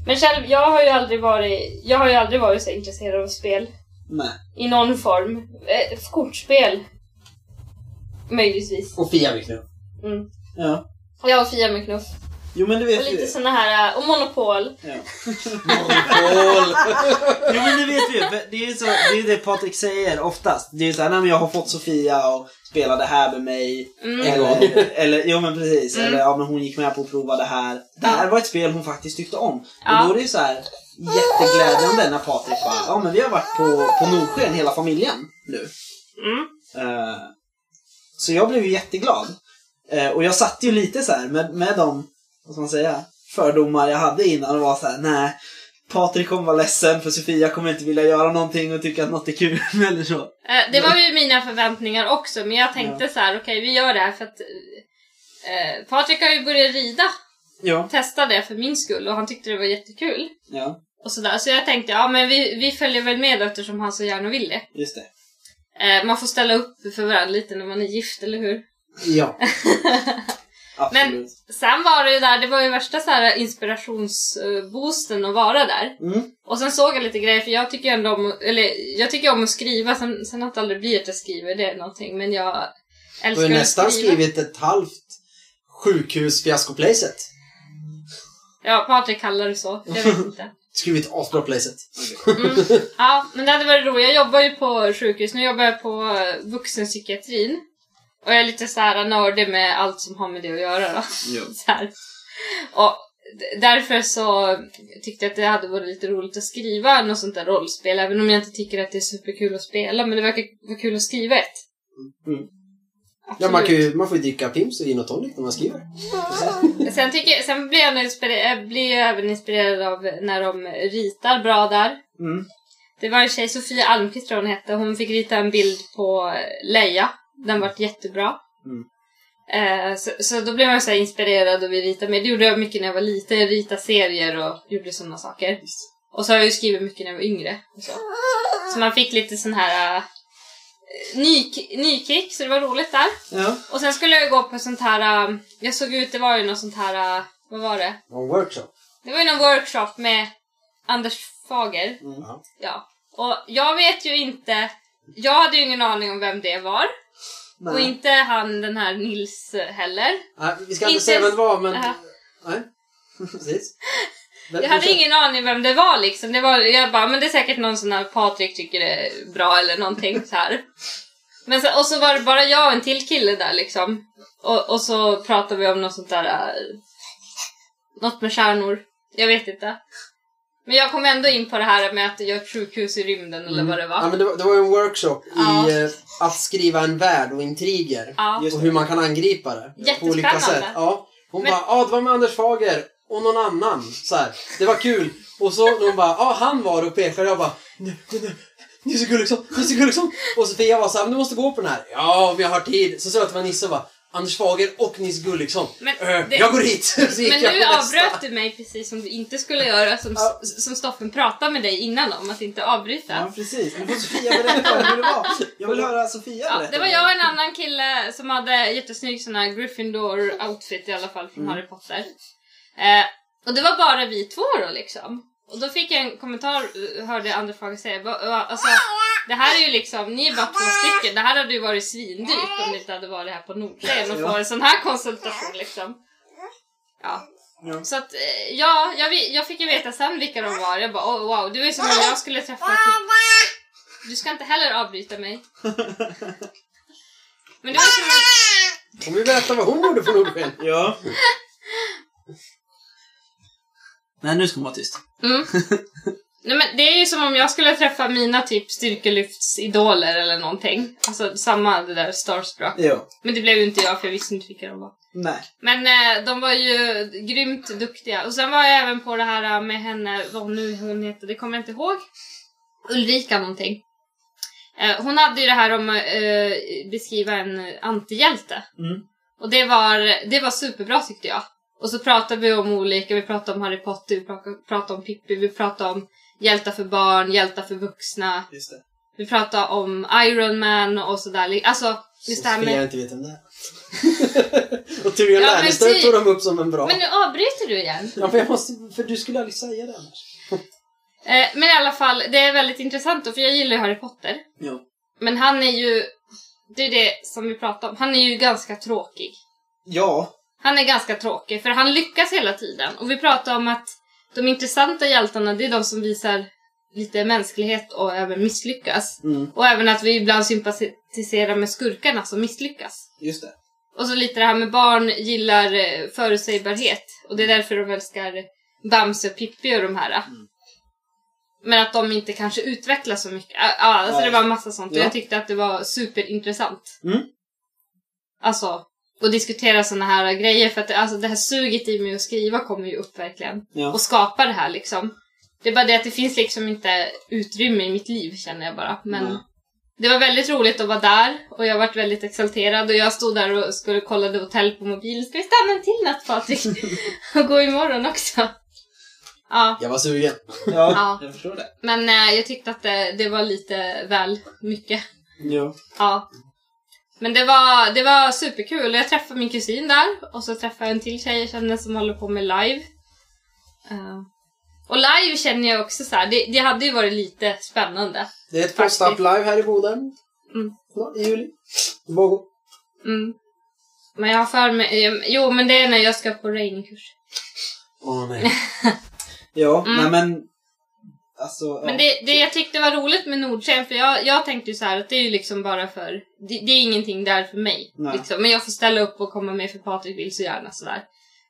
Speaker 4: Men själv, jag har ju aldrig varit, jag har ju aldrig varit så intresserad av spel.
Speaker 1: Nej.
Speaker 4: I någon form. Eh, kortspel. Möjligtvis.
Speaker 2: Och Fia Wiklund.
Speaker 4: Mm.
Speaker 1: Ja.
Speaker 4: Jag och Fia med knuff.
Speaker 1: Jo men det
Speaker 4: Och
Speaker 1: vet vi.
Speaker 4: lite såna här, eh, och Monopol.
Speaker 1: Ja.
Speaker 3: Monopol!
Speaker 1: Jo men det vet vi ju. För Det är ju så, det, är ju det Patrik säger oftast. Det är ju såhär, nej men jag har fått Sofia och spela det här med mig.
Speaker 4: Mm.
Speaker 3: En gång.
Speaker 1: Eller, eller, jo men precis.
Speaker 4: Mm.
Speaker 1: Eller, ja men hon gick med på att prova det här. Det här var ett spel hon faktiskt tyckte om.
Speaker 4: Ja.
Speaker 1: Och då är det ju såhär jätteglädjande när Patrik bara, ja men vi har varit på, på Nordsken hela familjen nu.
Speaker 4: Mm.
Speaker 1: Eh, så jag blev ju jätteglad. Eh, och jag satt ju lite så här med, med de, vad ska man säga, fördomar jag hade innan och var så här: nej. Patrik kommer vara ledsen för Sofia kommer inte vilja göra någonting och tycka att något är kul eller så.
Speaker 4: Eh, Det var ju mina förväntningar också, men jag tänkte så här: okej vi gör det här för att eh, Patrik har ju börjat rida,
Speaker 1: Ja.
Speaker 4: testa det för min skull och han tyckte det var jättekul.
Speaker 1: Ja,
Speaker 4: Och sådär. Så jag tänkte, ja men vi, vi följer väl med eftersom han så gärna vill det.
Speaker 1: just det.
Speaker 4: Eh, man får ställa upp för varandra lite när man är gift, eller hur?
Speaker 3: Ja.
Speaker 1: Absolut.
Speaker 4: Sen var det ju där, det var ju värsta så här inspirationsboosten att vara där.
Speaker 1: Mm.
Speaker 4: Och sen såg jag lite grejer, för jag tycker ju ändå om, eller jag tycker om att skriva, sen, sen att det aldrig blir att jag skriver, det är någonting, men
Speaker 3: Du
Speaker 4: jag
Speaker 3: har
Speaker 4: älskar
Speaker 3: ju
Speaker 4: att skriva.
Speaker 3: nästan skrivit ett halvt sjukhusfiaskoplacet.
Speaker 4: Ja, Patrik kallar det så. Jag vet inte.
Speaker 3: Skrivit asbra placet.
Speaker 4: Mm. Ja, men det hade varit roligt. Jag jobbar ju på sjukhus. Nu jobbar jag på eh, vuxenpsykiatrin. Och jag är lite så här nördig med allt som har med det att göra då.
Speaker 1: Jo.
Speaker 4: Så här. Och d- därför så tyckte jag att det hade varit lite roligt att skriva något sånt där rollspel. Även om jag inte tycker att det är superkul att spela. Men det verkar vara kul att skriva ett.
Speaker 1: Mm.
Speaker 3: Ja, man,
Speaker 4: Absolut.
Speaker 3: kan ju, man får ju dricka Pims och gin och tonic när man skriver.
Speaker 4: Sen, tycker, sen blir, jag nog inspirerad, jag blir jag även inspirerad av när de ritar bra där.
Speaker 1: Mm.
Speaker 4: Det var en tjej, Sofia Almqvist tror jag hon hette, hon fick rita en bild på eh, Leia. Den vart jättebra.
Speaker 1: Mm.
Speaker 4: Eh, så, så då blev jag så här inspirerad och vi ritade med. Det gjorde jag mycket när jag var liten. Jag ritade serier och gjorde sådana saker. Och så har jag ju skrivit mycket när jag var yngre. och Så, så man fick lite sån här eh, ny, nykick, så det var roligt där.
Speaker 1: Ja.
Speaker 4: Och sen skulle jag ju gå på sånt här, eh, jag såg ut, det var ju något sånt här, eh, vad var det?
Speaker 3: Någon workshop.
Speaker 4: Det var ju någon workshop med Anders Fager.
Speaker 1: Mm.
Speaker 4: Ja. Och jag vet ju inte, jag hade ju ingen aning om vem det var. Och
Speaker 1: Nej.
Speaker 4: inte han den här Nils eh, heller.
Speaker 3: Nej, vi ska inte,
Speaker 4: Inte
Speaker 3: säga vem det var, men...
Speaker 4: Aha.
Speaker 3: Nej. Precis. Men-
Speaker 4: Jag hade
Speaker 3: fortsätt.
Speaker 4: ingen aning vem det var liksom. Det var, jag bara, men det är säkert någon sån här Patrik tycker är bra eller någonting så här. Men så, och så var det bara jag och en till kille där liksom. Och, och så pratade vi om något sånt där... eh, Något med stjärnor. Jag vet inte. Men jag kom ändå in på det här med att göra ett sjukhus i rymden eller vad det var.
Speaker 3: Mm. Ja, men det, var, det var ju en workshop
Speaker 4: Ja.
Speaker 3: i eh, att skriva en värld och intriger.
Speaker 4: ja.
Speaker 1: Just
Speaker 3: Och
Speaker 1: det.
Speaker 3: hur man kan angripa det. På olika
Speaker 4: Jättespännande.
Speaker 3: sätt. Ja. Hon
Speaker 4: Men-
Speaker 3: bara, ja ah, det var med Anders Fager. och någon annan. Så här. Det var kul. Och så de bara, ja ah, han var det och pekade. Jag bara, "Nu, nu, nu, Nisse Gulliksson, Nisse Gulliksson. Och Sofia var så här, men du måste gå på den här. Ja, om jag har tid. Så sa jag att det var Nisse och bara, Anders Fager och Nisse Gulliksson.
Speaker 4: Men
Speaker 3: "Eh,
Speaker 4: det-
Speaker 3: Jag går hit. Så gick
Speaker 4: Men
Speaker 3: jag
Speaker 4: nu
Speaker 3: på nästa.
Speaker 4: avbröt du mig precis som du inte skulle göra, som,
Speaker 3: Ja.
Speaker 4: som Stoffen pratade med dig innan om, att inte avbryta.
Speaker 1: Ja, precis. Nu får Sofia berätta hur det var. Jag vill höra Sofia
Speaker 4: Ja,
Speaker 1: berätta.
Speaker 4: det var jag och en annan kille som hade jättesnygg sån här Gryffindor-outfit i alla fall från Harry Potter. Eh, och det var bara vi två då liksom. Och då fick jag en kommentar, eh, hörde Anders Fager säga, "Va- va- alltså, det här är ju liksom, ni är bara två stycken, det här hade ju varit svindyrt om det inte hade varit här på Nordsjön och få en sån här konsultation liksom. Ja.
Speaker 1: Ja.
Speaker 4: Så att, eh, ja, jag, vi- jag fick ju veta sen vilka de var. Jag bara, oh, wow, du är som om jag skulle träffa typ du ska inte heller avbryta mig. Men det var som att,
Speaker 3: Hon vill berätta vad hon gjorde för Nordsken.
Speaker 1: Ja. Nej, nu ska man vara tyst.
Speaker 4: mm. Nej, men det är ju som om jag skulle träffa mina typ styrkelyftsidoler eller någonting. Alltså samma det där starstruck.
Speaker 1: Jo.
Speaker 4: Men det blev ju inte jag för jag visste inte vilka de var.
Speaker 1: Nej.
Speaker 4: Men eh, de var ju grymt duktiga. Och sen var jag även på det här eh, med henne, vad nu hon hette, det kommer jag inte ihåg. Ulrika någonting. Eh, hon hade ju det här om att eh, beskriva en antihjälte.
Speaker 1: Mm.
Speaker 4: Och det var, det var superbra tyckte jag. Och så pratade vi om olika, vi pratade om Harry Potter, vi pra- pratade om Pippi, vi pratade om hjältar för barn, hjältar för vuxna.
Speaker 1: Just det.
Speaker 4: Vi pratade om Iron Man och sådär. Alltså, just det här
Speaker 3: Sofia
Speaker 4: med...
Speaker 3: inte vet vem det är. och Tyrion
Speaker 4: Ja, men
Speaker 3: Lannister
Speaker 4: ty-
Speaker 3: tog de upp som en bra.
Speaker 4: Men nu avbryter du igen.
Speaker 3: Ja, för, jag måste, för du skulle aldrig säga det annars.
Speaker 4: Eh, men i alla fall, det är väldigt intressant då, för jag gillar ju Harry Potter.
Speaker 1: Jo.
Speaker 4: Men han är ju, det är det som vi pratade om, han är ju ganska tråkig.
Speaker 1: Ja.
Speaker 4: Han är ganska tråkig, för han lyckas hela tiden. Och vi pratade om att de intressanta hjältarna, det är de som visar lite mänsklighet och även misslyckas.
Speaker 1: Mm.
Speaker 4: Och även att vi ibland sympatiserar med skurkarna som misslyckas.
Speaker 1: Just det.
Speaker 4: Och så lite det här med barn gillar eh, förutsägbarhet. Och det är därför de älskar Bamse och Pippi och de här. Men att de inte kanske utvecklas så mycket. Ja, ja, alltså
Speaker 1: Nej.
Speaker 4: det var en massa sånt.
Speaker 1: Ja.
Speaker 4: Och jag tyckte att det var superintressant.
Speaker 1: Mm.
Speaker 4: Alltså, och diskutera såna här grejer. För att det, alltså, det här suget i mig att skriva kommer ju upp verkligen.
Speaker 1: Ja.
Speaker 4: Och skapa det här liksom. Det är bara det att det finns liksom inte utrymme i mitt liv känner jag bara. Men...
Speaker 1: Nej.
Speaker 4: Det var väldigt roligt att vara där och jag varit väldigt exalterad och jag stod där och skulle kolla hotell på mobilen. Ska vi stanna en till natt Patrik? och gå imorgon också. Ja,
Speaker 3: Jag var sugen.
Speaker 1: Ja,
Speaker 4: Ja.
Speaker 1: jag förstår det.
Speaker 4: men eh, jag tyckte att det, det var lite väl mycket.
Speaker 1: Jo.
Speaker 4: Ja. Men det var, det var superkul. Jag träffade min kusin där och så träffade jag en till tjej jag känner som håller på med live. Eh, och live känner jag också så här, det, det hade ju varit lite spännande.
Speaker 3: Det är ett
Speaker 4: Faktiskt.
Speaker 3: post-up live här i Boden.
Speaker 4: Mm.
Speaker 3: Ja, I juli. Det var gott.
Speaker 4: Mm. Men jag har för mig, eh, jo men det är när jag ska på rainkurs.
Speaker 3: Åh nej.
Speaker 1: Ja,
Speaker 4: Mm.
Speaker 1: nej men... Alltså, ja.
Speaker 4: Men det, det jag tyckte var roligt med Nordsjön, för jag, jag tänkte ju så här att det är ju liksom bara för... Det, det är ingenting där för mig.
Speaker 1: Nej.
Speaker 4: Liksom. Men jag får ställa upp och komma med för Patrik vill så gärna sådär.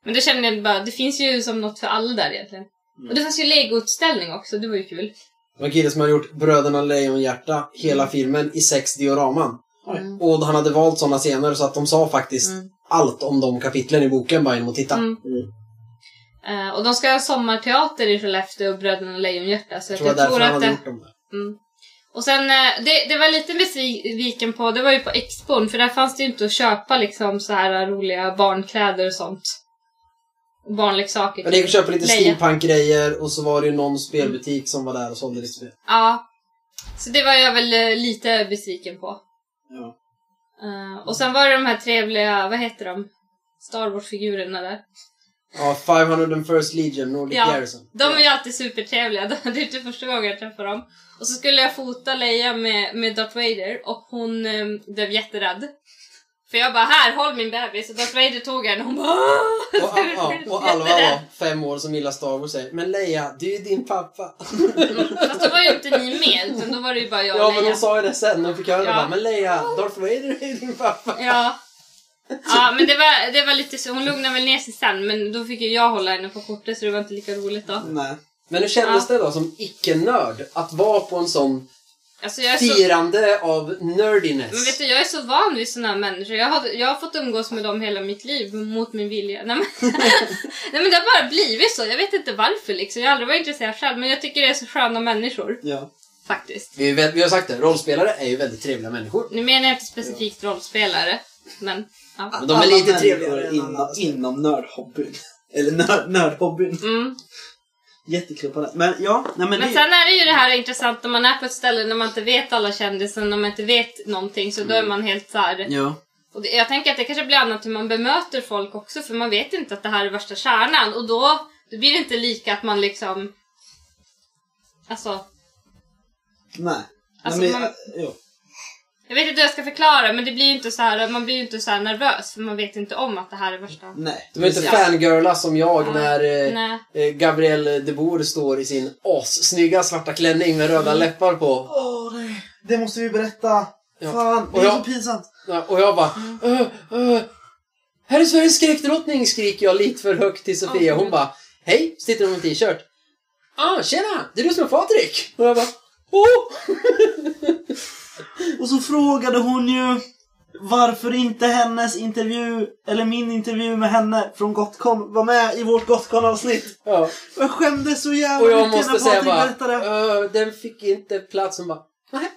Speaker 4: Men då kände jag bara, det finns ju som något för alla där egentligen.
Speaker 3: Mm.
Speaker 4: Och det fanns ju legoutställning också, det var ju kul.
Speaker 3: Det var en kille som har gjort Bröderna Lejonhjärta, hela filmen, i sex dioraman.
Speaker 1: Oj.
Speaker 4: Mm.
Speaker 3: Och han hade valt sådana scener så att de sa faktiskt
Speaker 4: Mm.
Speaker 3: allt om de kapitlen i boken bara genom att titta.
Speaker 4: Mm.
Speaker 1: Mm.
Speaker 4: Eh, och de ska ha sommarteater i Skellefteå och Bröderna Lejonhjärta. Så
Speaker 3: Jag tror
Speaker 4: att
Speaker 3: det
Speaker 4: jag
Speaker 3: var därför
Speaker 4: tror
Speaker 3: han
Speaker 4: att
Speaker 3: hade
Speaker 4: det...
Speaker 3: gjort dem där.
Speaker 4: Mm. Och sen, eh, det, det var lite besviken på, det var ju på Expon, för där fanns det ju inte att köpa liksom så här roliga barnkläder och sånt. Och barnleksaker.
Speaker 3: Men det gick att köpa lite
Speaker 4: Lejon. Mm.
Speaker 3: steampunk-grejer och så var det ju någon spelbutik som var där och sålde lite spel.
Speaker 4: Ja. Så det var jag väl eh, lite besviken på.
Speaker 1: Ja.
Speaker 4: Eh, och sen var det de här trevliga, vad heter de? Star Wars-figurerna där.
Speaker 3: Ja, 501st Legion, Nordic
Speaker 4: Ja.
Speaker 3: Garrison.
Speaker 4: De är ju alltid supertrevliga, det är inte första gången jag träffar dem. Och så skulle jag fota Leia med, med Darth Vader och hon eh, blev jätterädd. För jag bara här, håll min bebis och Darth Vader tog henne och hon bara "Åh!"
Speaker 3: Och, ja, och Alva då, fem år, som gillar Star Wars säger Men Leia, du är din pappa.
Speaker 4: Mm, Fast då var ju inte ni med utan då var det ju bara jag
Speaker 3: Ja,
Speaker 4: och
Speaker 3: men
Speaker 4: Leia.
Speaker 3: hon sa ju det sen när hon fick höra det.
Speaker 4: Ja.
Speaker 3: bara, Men Leia, Darth Vader är ju din pappa.
Speaker 4: Ja. Ja men det var, det var lite så, hon lugnade väl ner sig sen men då fick ju jag hålla henne på kortet så det var inte lika roligt då.
Speaker 1: Nej.
Speaker 3: Men hur kändes det då som icke-nörd att vara på en sån
Speaker 4: Alltså jag är så...
Speaker 3: Firande av
Speaker 4: Men
Speaker 3: nerdiness.
Speaker 4: vet du, jag är så van vid såna här människor. Jag har, jag har fått umgås med dem hela mitt liv mot min vilja. Nej men, Nej, men det har bara blivit så. Jag vet inte varför liksom. Jag har aldrig varit intresserad själv men jag tycker det är så sköna människor
Speaker 1: Ja.
Speaker 4: faktiskt.
Speaker 3: Vi, vet- vi har sagt det, rollspelare är ju väldigt trevliga människor.
Speaker 4: Nu menar jag inte specifikt rollspelare men ja.
Speaker 3: Men de är lite
Speaker 1: människor
Speaker 3: trevligare än
Speaker 1: inom,
Speaker 3: alla.
Speaker 1: inom nördhobbyn. Eller nörd, nördhobbyn.
Speaker 4: Mm.
Speaker 1: Jättekul på det. Men ja, nej men,
Speaker 4: Men
Speaker 1: det,
Speaker 4: sen är det ju det här intressant när man är på ett ställe när man inte vet alla kändisar, när man inte vet någonting så då är man helt så här.
Speaker 1: Mm. Ja.
Speaker 4: Och det, jag tänker att det kanske blir annat hur man bemöter folk också för man vet inte att det här är värsta kärnan och då, då blir det inte lika att man liksom... Alltså,
Speaker 1: Nej.
Speaker 4: Alltså,
Speaker 1: nej, men,
Speaker 4: man-
Speaker 1: jo.
Speaker 4: jag vet inte hur jag ska förklara men det blir ju inte så här, man blir ju inte så här nervös för man vet inte om att det här är värsta...
Speaker 1: Nej.
Speaker 3: De är inte
Speaker 1: precis.
Speaker 3: fangirla som jag
Speaker 4: Ja.
Speaker 3: när eh,
Speaker 4: Nej.
Speaker 3: eh, Gabrielle de Boer står i sin assnygga svarta klänning med
Speaker 4: Mm.
Speaker 3: röda läppar på.
Speaker 1: Åh nej, det måste vi berätta.
Speaker 3: Ja.
Speaker 1: Fan, det
Speaker 3: Och
Speaker 1: är
Speaker 3: jag-
Speaker 1: så pinsamt.
Speaker 3: Ja, Och jag bara...
Speaker 4: Mm.
Speaker 3: "Öh, öh, här är Sveriges skräckdrottning! skriker jag lite för högt till Sofia. Hon bara... Hej! Sitter hon med en t-shirt? Ah, tjena! Det är du som är Patrik! Och jag bara... Oh!
Speaker 1: Och så frågade hon ju varför inte hennes intervju, eller min intervju med henne från Gotcon var med i vårt Gotcon-avsnitt.
Speaker 3: Ja.
Speaker 1: Och Jag skämdes så jävla
Speaker 3: Och jag
Speaker 1: mycket
Speaker 3: måste säga
Speaker 1: Patrik
Speaker 3: bara...
Speaker 1: berättade.
Speaker 3: "Öh, den fick inte plats. Hon bara... "Nähä."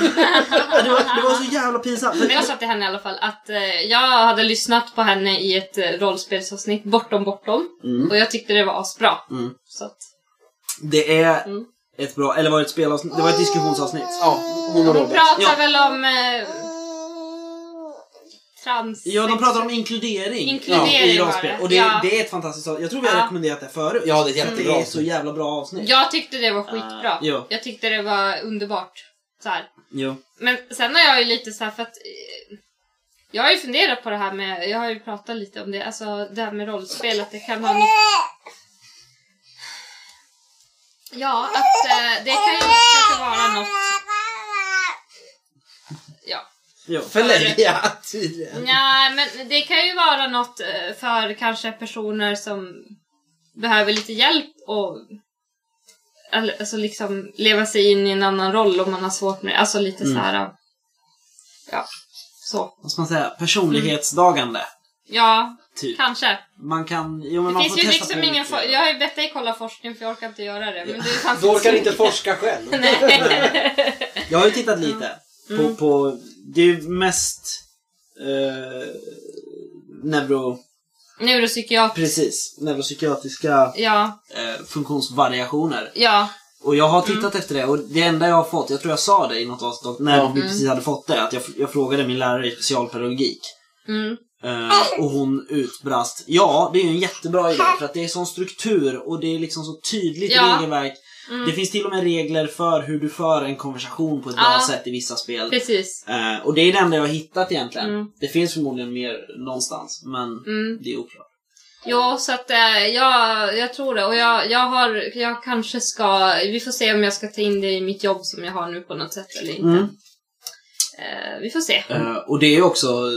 Speaker 1: Ja, Det var, det var så jävla pinsamt.
Speaker 4: Men jag sa till henne i alla fall att eh, jag hade lyssnat på henne i ett eh, rollspelsavsnitt, Bortom Bortom. Och jag tyckte det var asbra.
Speaker 1: Mm.
Speaker 4: Så att,
Speaker 1: Det är
Speaker 4: Mm.
Speaker 1: ett bra, eller var det ett spelavsnitt? Det var ett diskussionsavsnitt.
Speaker 3: Ja, hon och
Speaker 4: de
Speaker 3: Robert.
Speaker 4: pratar
Speaker 1: Ja.
Speaker 4: väl om eh, trans...
Speaker 1: Ja, de pratar om inkludering,
Speaker 4: Inkludering
Speaker 1: i
Speaker 4: var
Speaker 1: rollspel.
Speaker 4: det,
Speaker 1: Och det,
Speaker 4: ja.
Speaker 1: det är ett fantastiskt avsnitt. Jag tror vi har
Speaker 4: Ja.
Speaker 1: rekommenderat det förut.
Speaker 3: Ja, det är ett
Speaker 1: Att det
Speaker 3: jättebra
Speaker 1: är så
Speaker 3: avsnitt.
Speaker 1: jävla bra avsnitt.
Speaker 4: Jag tyckte det var skitbra.
Speaker 1: ja.
Speaker 4: Jag tyckte det var underbart. Så här.
Speaker 1: Jo.
Speaker 4: Men sen har jag ju lite så här för att... eh, Jag har ju funderat på det här med, jag har ju pratat lite om det, alltså det här med rollspel, att det kan ha något... Ja, att eh, det kan ju försöka vara något... Ja.
Speaker 1: Jo.
Speaker 3: Förlänga tydligen.
Speaker 4: Nej, men det kan ju vara något eh, för kanske personer som behöver lite hjälp och eller, alltså liksom leva sig in i en annan roll om man har svårt med det. Alltså lite
Speaker 1: Mm.
Speaker 4: så här. Ja, så.
Speaker 1: Vad ska man säga? Personlighetsdagande.
Speaker 4: Ja,
Speaker 1: Typ.
Speaker 4: kanske.
Speaker 1: Man kan... Jo, men
Speaker 4: Mm. Det
Speaker 1: man
Speaker 4: finns
Speaker 1: får
Speaker 4: ju
Speaker 1: testa
Speaker 4: liksom
Speaker 1: på
Speaker 4: ingen...
Speaker 1: olika-
Speaker 4: For- jag har ju bett dig kolla forskning för jag orkar inte göra det. Men det är sant.
Speaker 3: Du orkar inte forska själv.
Speaker 4: Nej.
Speaker 1: Jag har ju tittat lite på,
Speaker 4: Mm.
Speaker 1: på... Det är ju mest... Eh, neuro...
Speaker 4: Neuropsykiatri.
Speaker 1: Precis. Neuropsykiatriska
Speaker 4: Ja,
Speaker 1: eh, funktionsvariationer.
Speaker 4: ja.
Speaker 1: Och jag har
Speaker 4: Mm.
Speaker 1: tittat efter det och det enda jag har fått, jag tror jag sa det i något avsnitt när
Speaker 3: Ja.
Speaker 1: vi precis hade fått det, att jag, jag frågade min lärare i specialpedagogik.
Speaker 4: Mm.
Speaker 1: eh, Och hon utbrast, ja det är ju en jättebra idé för att det är sån struktur och det är liksom så tydligt
Speaker 4: Ja.
Speaker 1: regelverk.
Speaker 4: Mm.
Speaker 1: Det finns till och med regler för hur du för en konversation på ett bra
Speaker 4: Ja.
Speaker 1: sätt i vissa spel.
Speaker 4: Precis.
Speaker 1: Eh, och det är det enda jag har hittat egentligen.
Speaker 4: Mm.
Speaker 1: Det finns förmodligen mer någonstans, men
Speaker 4: Mm.
Speaker 1: det är oklart.
Speaker 4: Ja, så att eh, jag, jag tror det. Och jag, jag, har, jag kanske ska... Vi får se om jag ska ta in det i mitt jobb som jag har nu på något sätt eller inte.
Speaker 1: Mm.
Speaker 4: Eh, vi får se.
Speaker 1: Eh, och det är ju också, eh,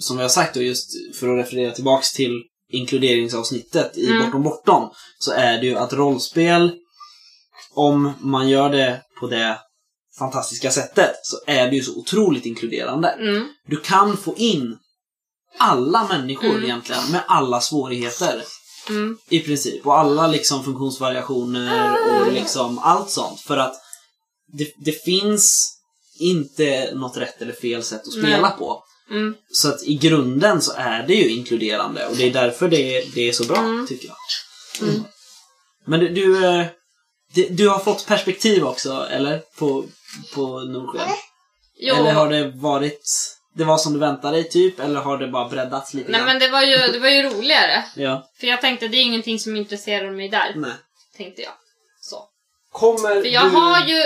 Speaker 1: som jag har sagt då, just för att referera tillbaks till inkluderingsavsnittet i
Speaker 4: Mm.
Speaker 1: Bortom Bortom, så är det ju att rollspel, om man gör det på det fantastiska sättet, så är det ju så otroligt inkluderande.
Speaker 4: Mm.
Speaker 1: Du kan få in alla människor
Speaker 4: Mm.
Speaker 1: egentligen, med alla svårigheter
Speaker 4: Mm.
Speaker 1: i princip. Och alla liksom funktionsvariationer
Speaker 4: Ah.
Speaker 1: och liksom allt sånt. För att det, det finns inte något rätt eller fel sätt att spela
Speaker 4: Nej.
Speaker 1: på.
Speaker 4: Mm.
Speaker 1: Så att i grunden så är det ju inkluderande och det är därför det, det är så bra,
Speaker 4: Mm.
Speaker 1: tycker jag.
Speaker 4: Mm.
Speaker 1: Men du, du, eh, du, du har fått perspektiv också, eller? På, på Nordsjön?
Speaker 4: Jo.
Speaker 1: Eller har det varit... Det var som du väntade dig, typ? Eller har det bara breddats lite
Speaker 4: Nej
Speaker 1: grann?
Speaker 4: men det var, ju, det var ju roligare.
Speaker 1: Ja.
Speaker 4: För jag tänkte det är ingenting som intresserar mig där.
Speaker 1: Nej.
Speaker 4: Tänkte jag. Så.
Speaker 3: Kommer
Speaker 4: För jag
Speaker 3: du...
Speaker 4: har ju...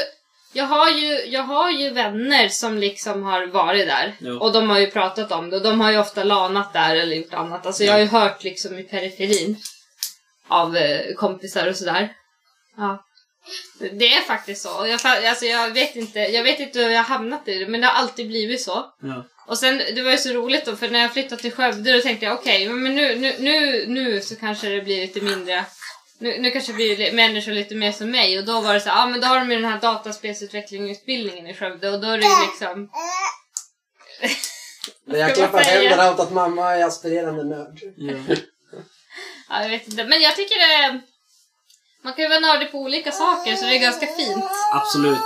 Speaker 4: Jag har, ju, jag har ju vänner som liksom har varit där
Speaker 1: Jo.
Speaker 4: och de har ju pratat om det och de har ju ofta lanat där eller gjort annat. Alltså jag har ju hört liksom i periferin av eh, kompisar och sådär. Ja. Det är faktiskt så. Och Jag, fa- alltså jag, vet inte, jag vet inte hur jag har hamnat i det men det har alltid blivit så.
Speaker 1: Ja.
Speaker 4: Och sen, det var ju så roligt då, för när jag flyttade till Skövde då tänkte jag okej, men nu, nu, nu, nu så kanske det blir lite mindre Nu, nu kanske blir li- människor lite mer som mig och då var det så ja ah, men då har de ju den här dataspelsutvecklingsutbildningen i Skövde och då är det ju liksom...
Speaker 3: Men jag
Speaker 4: Ska man
Speaker 3: klappar
Speaker 4: säga?
Speaker 3: händerna åt att mamma är aspirerande nörd.
Speaker 4: Ja, jag vet inte. Men jag tycker det... Man kan ju vara nördig på olika saker så det är ganska fint.
Speaker 1: Absolut.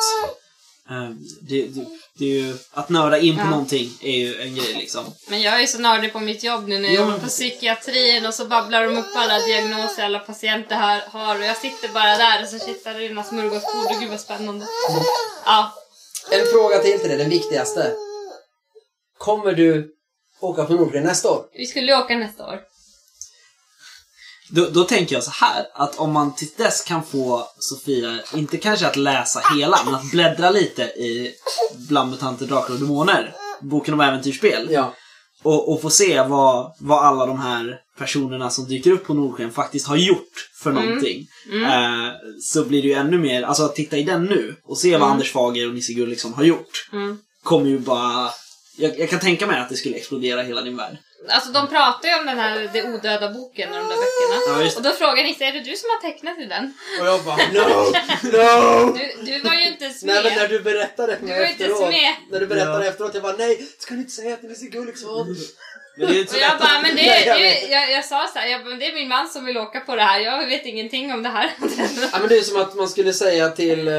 Speaker 1: Eh, Det, det, det är ju, att nörda in på
Speaker 4: Ja.
Speaker 1: någonting är ju en grej liksom.
Speaker 4: Men jag är ju så nördig på mitt jobb nu när
Speaker 1: Ja,
Speaker 4: jag jobbar
Speaker 1: men
Speaker 4: på psykiatrin och så babblar de upp alla diagnoser alla patienter här har och jag sitter bara där och så kittar det i mina smörgåsbord och gud vad spännande. Ja,
Speaker 3: En fråga till till dig, den viktigaste. Kommer du åka på Nordgren nästa år?
Speaker 4: vi skulle ju åka nästa år.
Speaker 1: Då, då tänker jag så här, att om man till dess kan få Sofia, inte kanske att läsa hela, men att bläddra lite i Bland mutanter, drakar och demoner, boken om äventyrsspel.
Speaker 3: Ja.
Speaker 1: Och, och få se vad, vad alla de här personerna som dyker upp på Nordsken faktiskt har gjort för
Speaker 4: Mm.
Speaker 1: någonting.
Speaker 4: Mm.
Speaker 1: Eh, så blir det ju ännu mer, alltså att titta i den nu och se vad Anders Fager och Nisse Gulliksson har gjort.
Speaker 4: Mm.
Speaker 1: Kommer ju bara... Jag, jag kan tänka mig att det skulle explodera hela din värld.
Speaker 4: Alltså de pratar ju om den här Det odöda boken och de där
Speaker 1: Ja,
Speaker 4: böckerna.
Speaker 1: just det.
Speaker 4: Och då frågar Nisse, är det du som har tecknat i den?
Speaker 3: Och jag bara no, no!
Speaker 4: Du, du var ju inte ens
Speaker 3: Nej men när
Speaker 4: med.
Speaker 3: du berättade för
Speaker 4: Du
Speaker 3: mig
Speaker 4: var ju inte ens
Speaker 3: efteråt.
Speaker 4: med.
Speaker 3: När du berättade
Speaker 1: Ja.
Speaker 3: efteråt, jag bara nej, ska du inte säga att det är så gulligt så?
Speaker 1: Men det är inte
Speaker 4: Och
Speaker 1: så
Speaker 4: jag
Speaker 1: lätt att-
Speaker 4: bara, men det,
Speaker 3: Nej, jag
Speaker 4: det
Speaker 3: vet.
Speaker 4: jag, jag sa såhär, jag bara, men det är min man som vill åka på det här, jag vet ingenting om det här. Alltså,
Speaker 3: Ja men det är som att man skulle säga till... eh,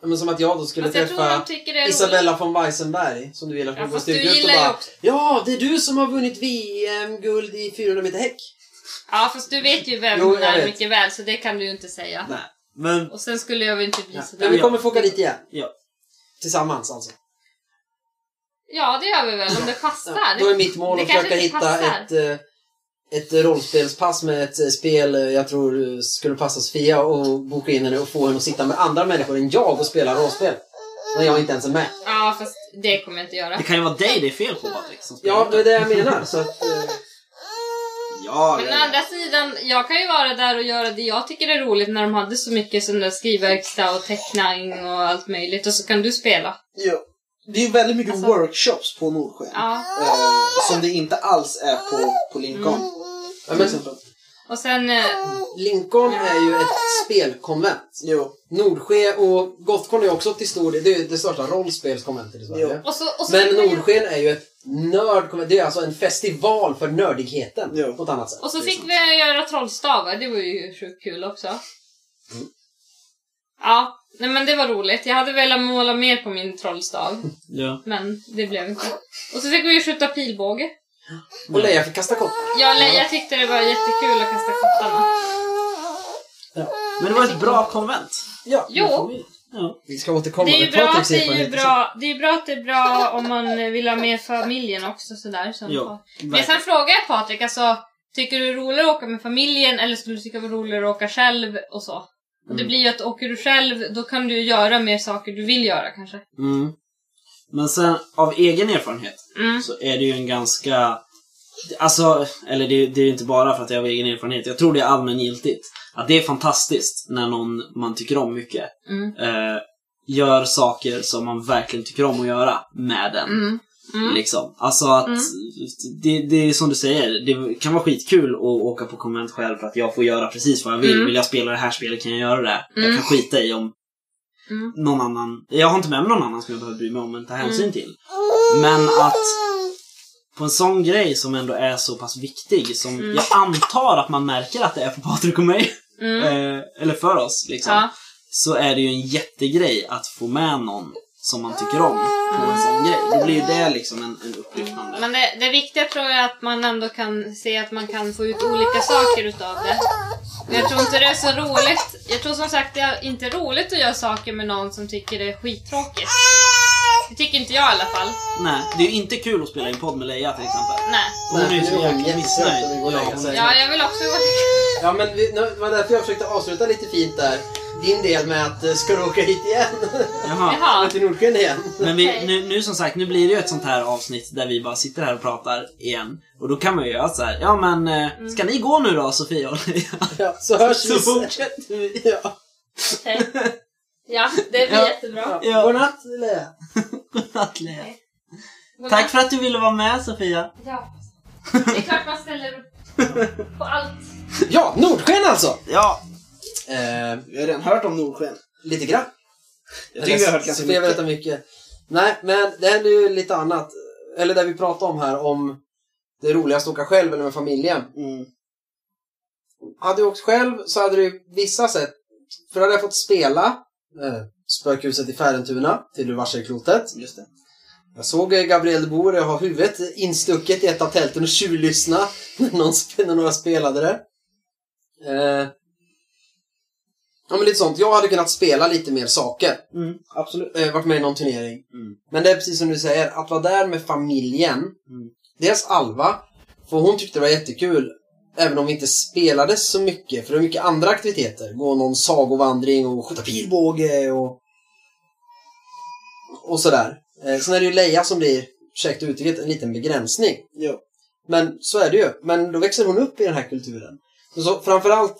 Speaker 3: ja, men som att jag då skulle
Speaker 4: Fast jag tror
Speaker 3: träffa
Speaker 4: de tycker det är roligt.
Speaker 3: Isabella von Weissenberg som du vill att
Speaker 4: Ja,
Speaker 3: hon går
Speaker 4: fast du
Speaker 3: stuga ut och
Speaker 4: gillar ju
Speaker 3: bara
Speaker 4: också-
Speaker 3: Ja, det är du som har vunnit VM-guld i 400 meter häck.
Speaker 4: Ja fast du vet ju vem
Speaker 3: Jo,
Speaker 4: hon
Speaker 3: jag
Speaker 4: är
Speaker 3: vet.
Speaker 4: mycket väl så det kan du ju inte säga.
Speaker 1: Nej. Men
Speaker 4: Och sen skulle jag väl inte bli
Speaker 3: Ja. Men
Speaker 4: sådär.
Speaker 3: vi kommer få åka dit igen.
Speaker 1: Ja.
Speaker 3: Tillsammans alltså.
Speaker 4: Ja det gör vi väl om det
Speaker 3: Ja,
Speaker 4: passar.
Speaker 3: då är mitt mål
Speaker 4: Det
Speaker 3: att
Speaker 4: kanske
Speaker 3: försöka
Speaker 4: inte
Speaker 3: hitta
Speaker 4: passar.
Speaker 3: ett, eh, ett rollspelspass med ett eh, spel eh, jag tror eh, skulle passa Sofia och boka in henne och få henne att sitta med andra människor än jag och spela rollspel. När jag inte ens är med.
Speaker 4: Ja fast det kommer jag inte göra.
Speaker 1: det kan ju vara dig det är fel på Patrik. Som spelar.
Speaker 3: Ja, det är det jag menar. Så att, eh,
Speaker 1: ja,
Speaker 4: Men
Speaker 1: det-
Speaker 4: å andra sidan, jag kan ju vara där och göra det jag tycker är roligt när de hade så mycket sån där skrivverkstad och teckning och allt möjligt och så kan du spela.
Speaker 1: Ja. Det är ju väldigt mycket
Speaker 4: Alltså-
Speaker 1: workshops på Nordsken.
Speaker 4: Ja.
Speaker 1: Eh, som det inte alls är på, på Lincoln.
Speaker 4: Mm.
Speaker 3: ja,
Speaker 1: Till
Speaker 3: men,
Speaker 1: exempel.
Speaker 4: Och sen... eh,
Speaker 3: Lincoln är ju ett spelkonvent.
Speaker 1: Jo.
Speaker 3: Nordsjö och Gothcon är också till stor del, det är ju det största rollspelskonventet i Sverige.
Speaker 4: Och så, och så
Speaker 3: Men
Speaker 4: kan jag-
Speaker 3: Nordsken är ju ett nördkonvent, det är alltså en festival för nördigheten
Speaker 1: Jo.
Speaker 3: på ett annat sätt.
Speaker 4: Och så
Speaker 3: Det är
Speaker 4: fick
Speaker 3: sant.
Speaker 4: vi göra trollstavar, det var ju sjukt kul också.
Speaker 3: Mm.
Speaker 4: Ja, nej men det var roligt. Jag hade velat måla mer på min trollstav,
Speaker 1: Ja.
Speaker 4: men det blev inte. Och så fick vi ju skjuta pilbåge.
Speaker 3: Och Leia fick kasta kort.
Speaker 4: Jag, jag tyckte det var jättekul att kasta kottarna.
Speaker 1: Men det var ett bra konvent.
Speaker 3: Ja.
Speaker 4: Jo,
Speaker 1: Ja.
Speaker 3: Vi ska återkomma
Speaker 4: det är ju
Speaker 3: med
Speaker 4: bra att
Speaker 3: Patriks
Speaker 4: det är ju
Speaker 3: erfarenheter sen.
Speaker 4: bra, det är ju bra att det är bra om man vill ha med familjen också sådär. Som
Speaker 1: Jo.
Speaker 4: Men sen frågade jag Patrik, alltså, tycker du det är roligare att åka med familjen eller skulle du tycka det var roligare att åka själv och så? Och det
Speaker 1: Mm.
Speaker 4: blir ju att åker du själv, då kan du göra mer saker du vill göra kanske.
Speaker 1: Mm. Men sen av egen erfarenhet
Speaker 4: Mm.
Speaker 1: så är det ju en ganska... Alltså, eller det, det är ju inte bara för att jag har egen erfarenhet. Jag tror det är allmängiltigt. Att det är fantastiskt när någon man tycker om mycket
Speaker 4: Mm.
Speaker 1: eh, gör saker som man verkligen tycker om att göra med den.
Speaker 4: Mm. Mm.
Speaker 1: Liksom. Alltså att
Speaker 4: Mm.
Speaker 1: det, det är som du säger, det kan vara skitkul att åka på konvent själv för att jag får göra precis vad jag vill.
Speaker 4: Mm.
Speaker 1: Vill jag spela det här spelet kan jag göra det. Jag
Speaker 4: Mm.
Speaker 1: kan skita i om
Speaker 4: Mm.
Speaker 1: någon annan, jag har inte med mig någon annan som jag behöver bry mig om eller ta hänsyn till. Men att på en sån grej som ändå är så pass viktig som
Speaker 4: Mm.
Speaker 1: jag antar att man märker att det är för Patrik och mig.
Speaker 4: Mm.
Speaker 1: Eh, eller för oss liksom.
Speaker 4: Ja.
Speaker 1: Så är det ju en jättegrej att få med någon som man tycker om på en sån grej. Då blir ju det liksom en, en upplyftande
Speaker 4: Men det, det viktiga tror jag är att man ändå kan se att man kan få ut olika saker utav det. Men jag tror inte det är så roligt. Jag tror som sagt det är inte roligt att göra saker med någon som tycker det är skittråkigt. Det tycker inte jag i alla fall.
Speaker 1: Nej, det är ju inte kul att spela in podd med Leia till exempel.
Speaker 4: Nej.
Speaker 1: Hon är ju
Speaker 3: Nej,
Speaker 1: så
Speaker 3: nu är hon
Speaker 1: jäkla
Speaker 3: jättetrött och
Speaker 1: missnöjd.
Speaker 3: vill gå och lägga sig.
Speaker 4: Ja, jag vill också vara
Speaker 3: Ja, men vi, nu, det var därför jag försökte avsluta lite fint där. Din del med att eh, ska du åka hit igen?
Speaker 1: Jaha.
Speaker 4: Jaha.
Speaker 3: Till Nordsken igen?
Speaker 1: Men vi,
Speaker 4: Okej.
Speaker 1: nu, nu som sagt, nu blir det ju ett sånt här avsnitt där vi bara sitter här och pratar igen. Och då kan man ju göra så här. ja men eh, ska ni gå nu då Sofia och Leia?
Speaker 3: Ja, så hörs vi
Speaker 1: Så
Speaker 3: sen.
Speaker 1: fortsätter vi.
Speaker 3: Ja.
Speaker 4: Okej. Ja, det blir
Speaker 1: Ja.
Speaker 4: jättebra.
Speaker 1: Ja.
Speaker 3: Godnatt Leia.
Speaker 1: Godnatt Leia.
Speaker 4: Godnatt.
Speaker 1: Tack för att du ville vara med Sofia.
Speaker 4: Ja. Det är klart man ställer upp på allt.
Speaker 3: Ja, Nordsken alltså!
Speaker 1: Ja,
Speaker 3: Eh,
Speaker 1: vi har redan hört om Nordsken.
Speaker 3: lite grann.
Speaker 1: Jag tycker vi har hört ganska
Speaker 3: Sofia
Speaker 1: mycket.
Speaker 3: berättar mycket. Nej, men det händer ju lite annat. Eller det vi pratade om här om det roligaste att åka själv eller med familjen.
Speaker 1: Mm.
Speaker 3: Hade du åkt själv så hade du vissa sätt. För då hade jag fått spela eh, Spökhuset i Färentuna till du varselklotet.
Speaker 1: Just det.
Speaker 3: Jag såg eh, Gabriel de Boer ha huvudet instucket i ett av tälten och tjuvlyssna när, någon, sp- när några spelade det. Eh, ja, men lite sånt. Jag hade kunnat spela lite mer saker
Speaker 1: Mm, absolut.
Speaker 3: eh, varit med i någon turnering.
Speaker 1: Mm.
Speaker 3: Men det är precis som du säger, att vara där med familjen. Dels Alva, för hon tyckte det var jättekul. Även om vi inte spelade så mycket, för det var mycket andra aktiviteter. Gå någon sagovandring och skjuta pilbåge och... Och sådär. Eh, sen är det ju Leia som blir, ursäkta uttrycket, en liten begränsning.
Speaker 1: Jo.
Speaker 3: Men så är det ju. Men då växer hon upp i den här kulturen. Och så framförallt,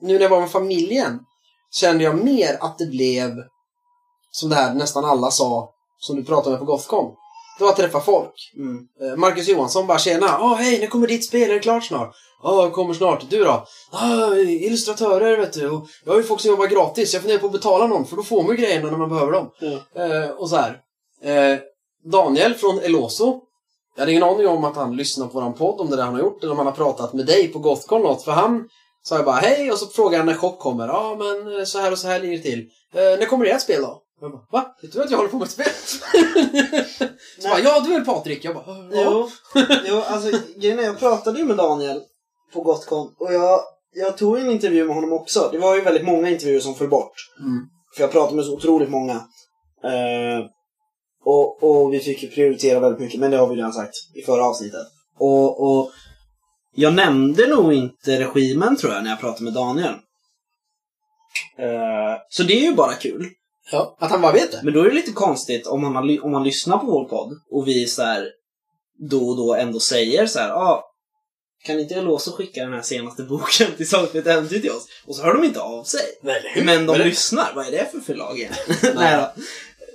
Speaker 3: nu när jag var med familjen, kände jag mer att det blev som det här nästan alla sa, som du pratade med på Gothcon. Det var att träffa folk.
Speaker 1: Mm.
Speaker 3: Eh, Marcus Johansson bara tjena, åh hej nu kommer ditt spel, är det klart snart? Ja, kommer snart. Du då? Ah, illustratörer vet du. Och jag har ju folk som jobbar gratis, jag funderar på att betala någon för då får man ju grejerna när man behöver dem.
Speaker 1: Ja.
Speaker 3: Eh, och så här. Eh, Daniel från Eloso. Jag hade ingen aning om att han lyssnar på våran podd, om det där han har gjort, eller om han har pratat med dig på Gothcon något, för han sa jag bara hej och så frågade han när chock kommer. Ja, ah, men eh, så här och så här ligger det till. Eh, när kommer ert spel då? Jag bara, va? Vet du att jag håller på med ett spel? så bara, ja du är väl Patrik? Jag bara, "Eh, ja.
Speaker 1: Jo, jo alltså grejen är, jag pratade ju med Daniel på Gotcon och jag, jag tog en intervju med honom också. Det var ju väldigt många intervjuer som föll bort.
Speaker 3: Mm.
Speaker 1: För jag pratade med så otroligt många. Eh, och, och vi fick ju prioritera väldigt mycket, men det har vi redan sagt i förra avsnittet. Och, och jag nämnde nog inte regimen tror jag när jag pratade med Daniel. Eh, så det är ju bara kul.
Speaker 3: Ja, att han bara vet det?
Speaker 1: Men då är det lite konstigt om man, har, ly- om man lyssnar på vår podd och vi så här då och då ändå säger så här, ah, kan inte Eloso skicka den här senaste boken till Saltvitt Äventyr till oss? Och så hör de inte av sig.
Speaker 3: Nej,
Speaker 1: Mm. Men de
Speaker 3: Men det-
Speaker 1: lyssnar. Vad är det för förlag egentligen? Nej då.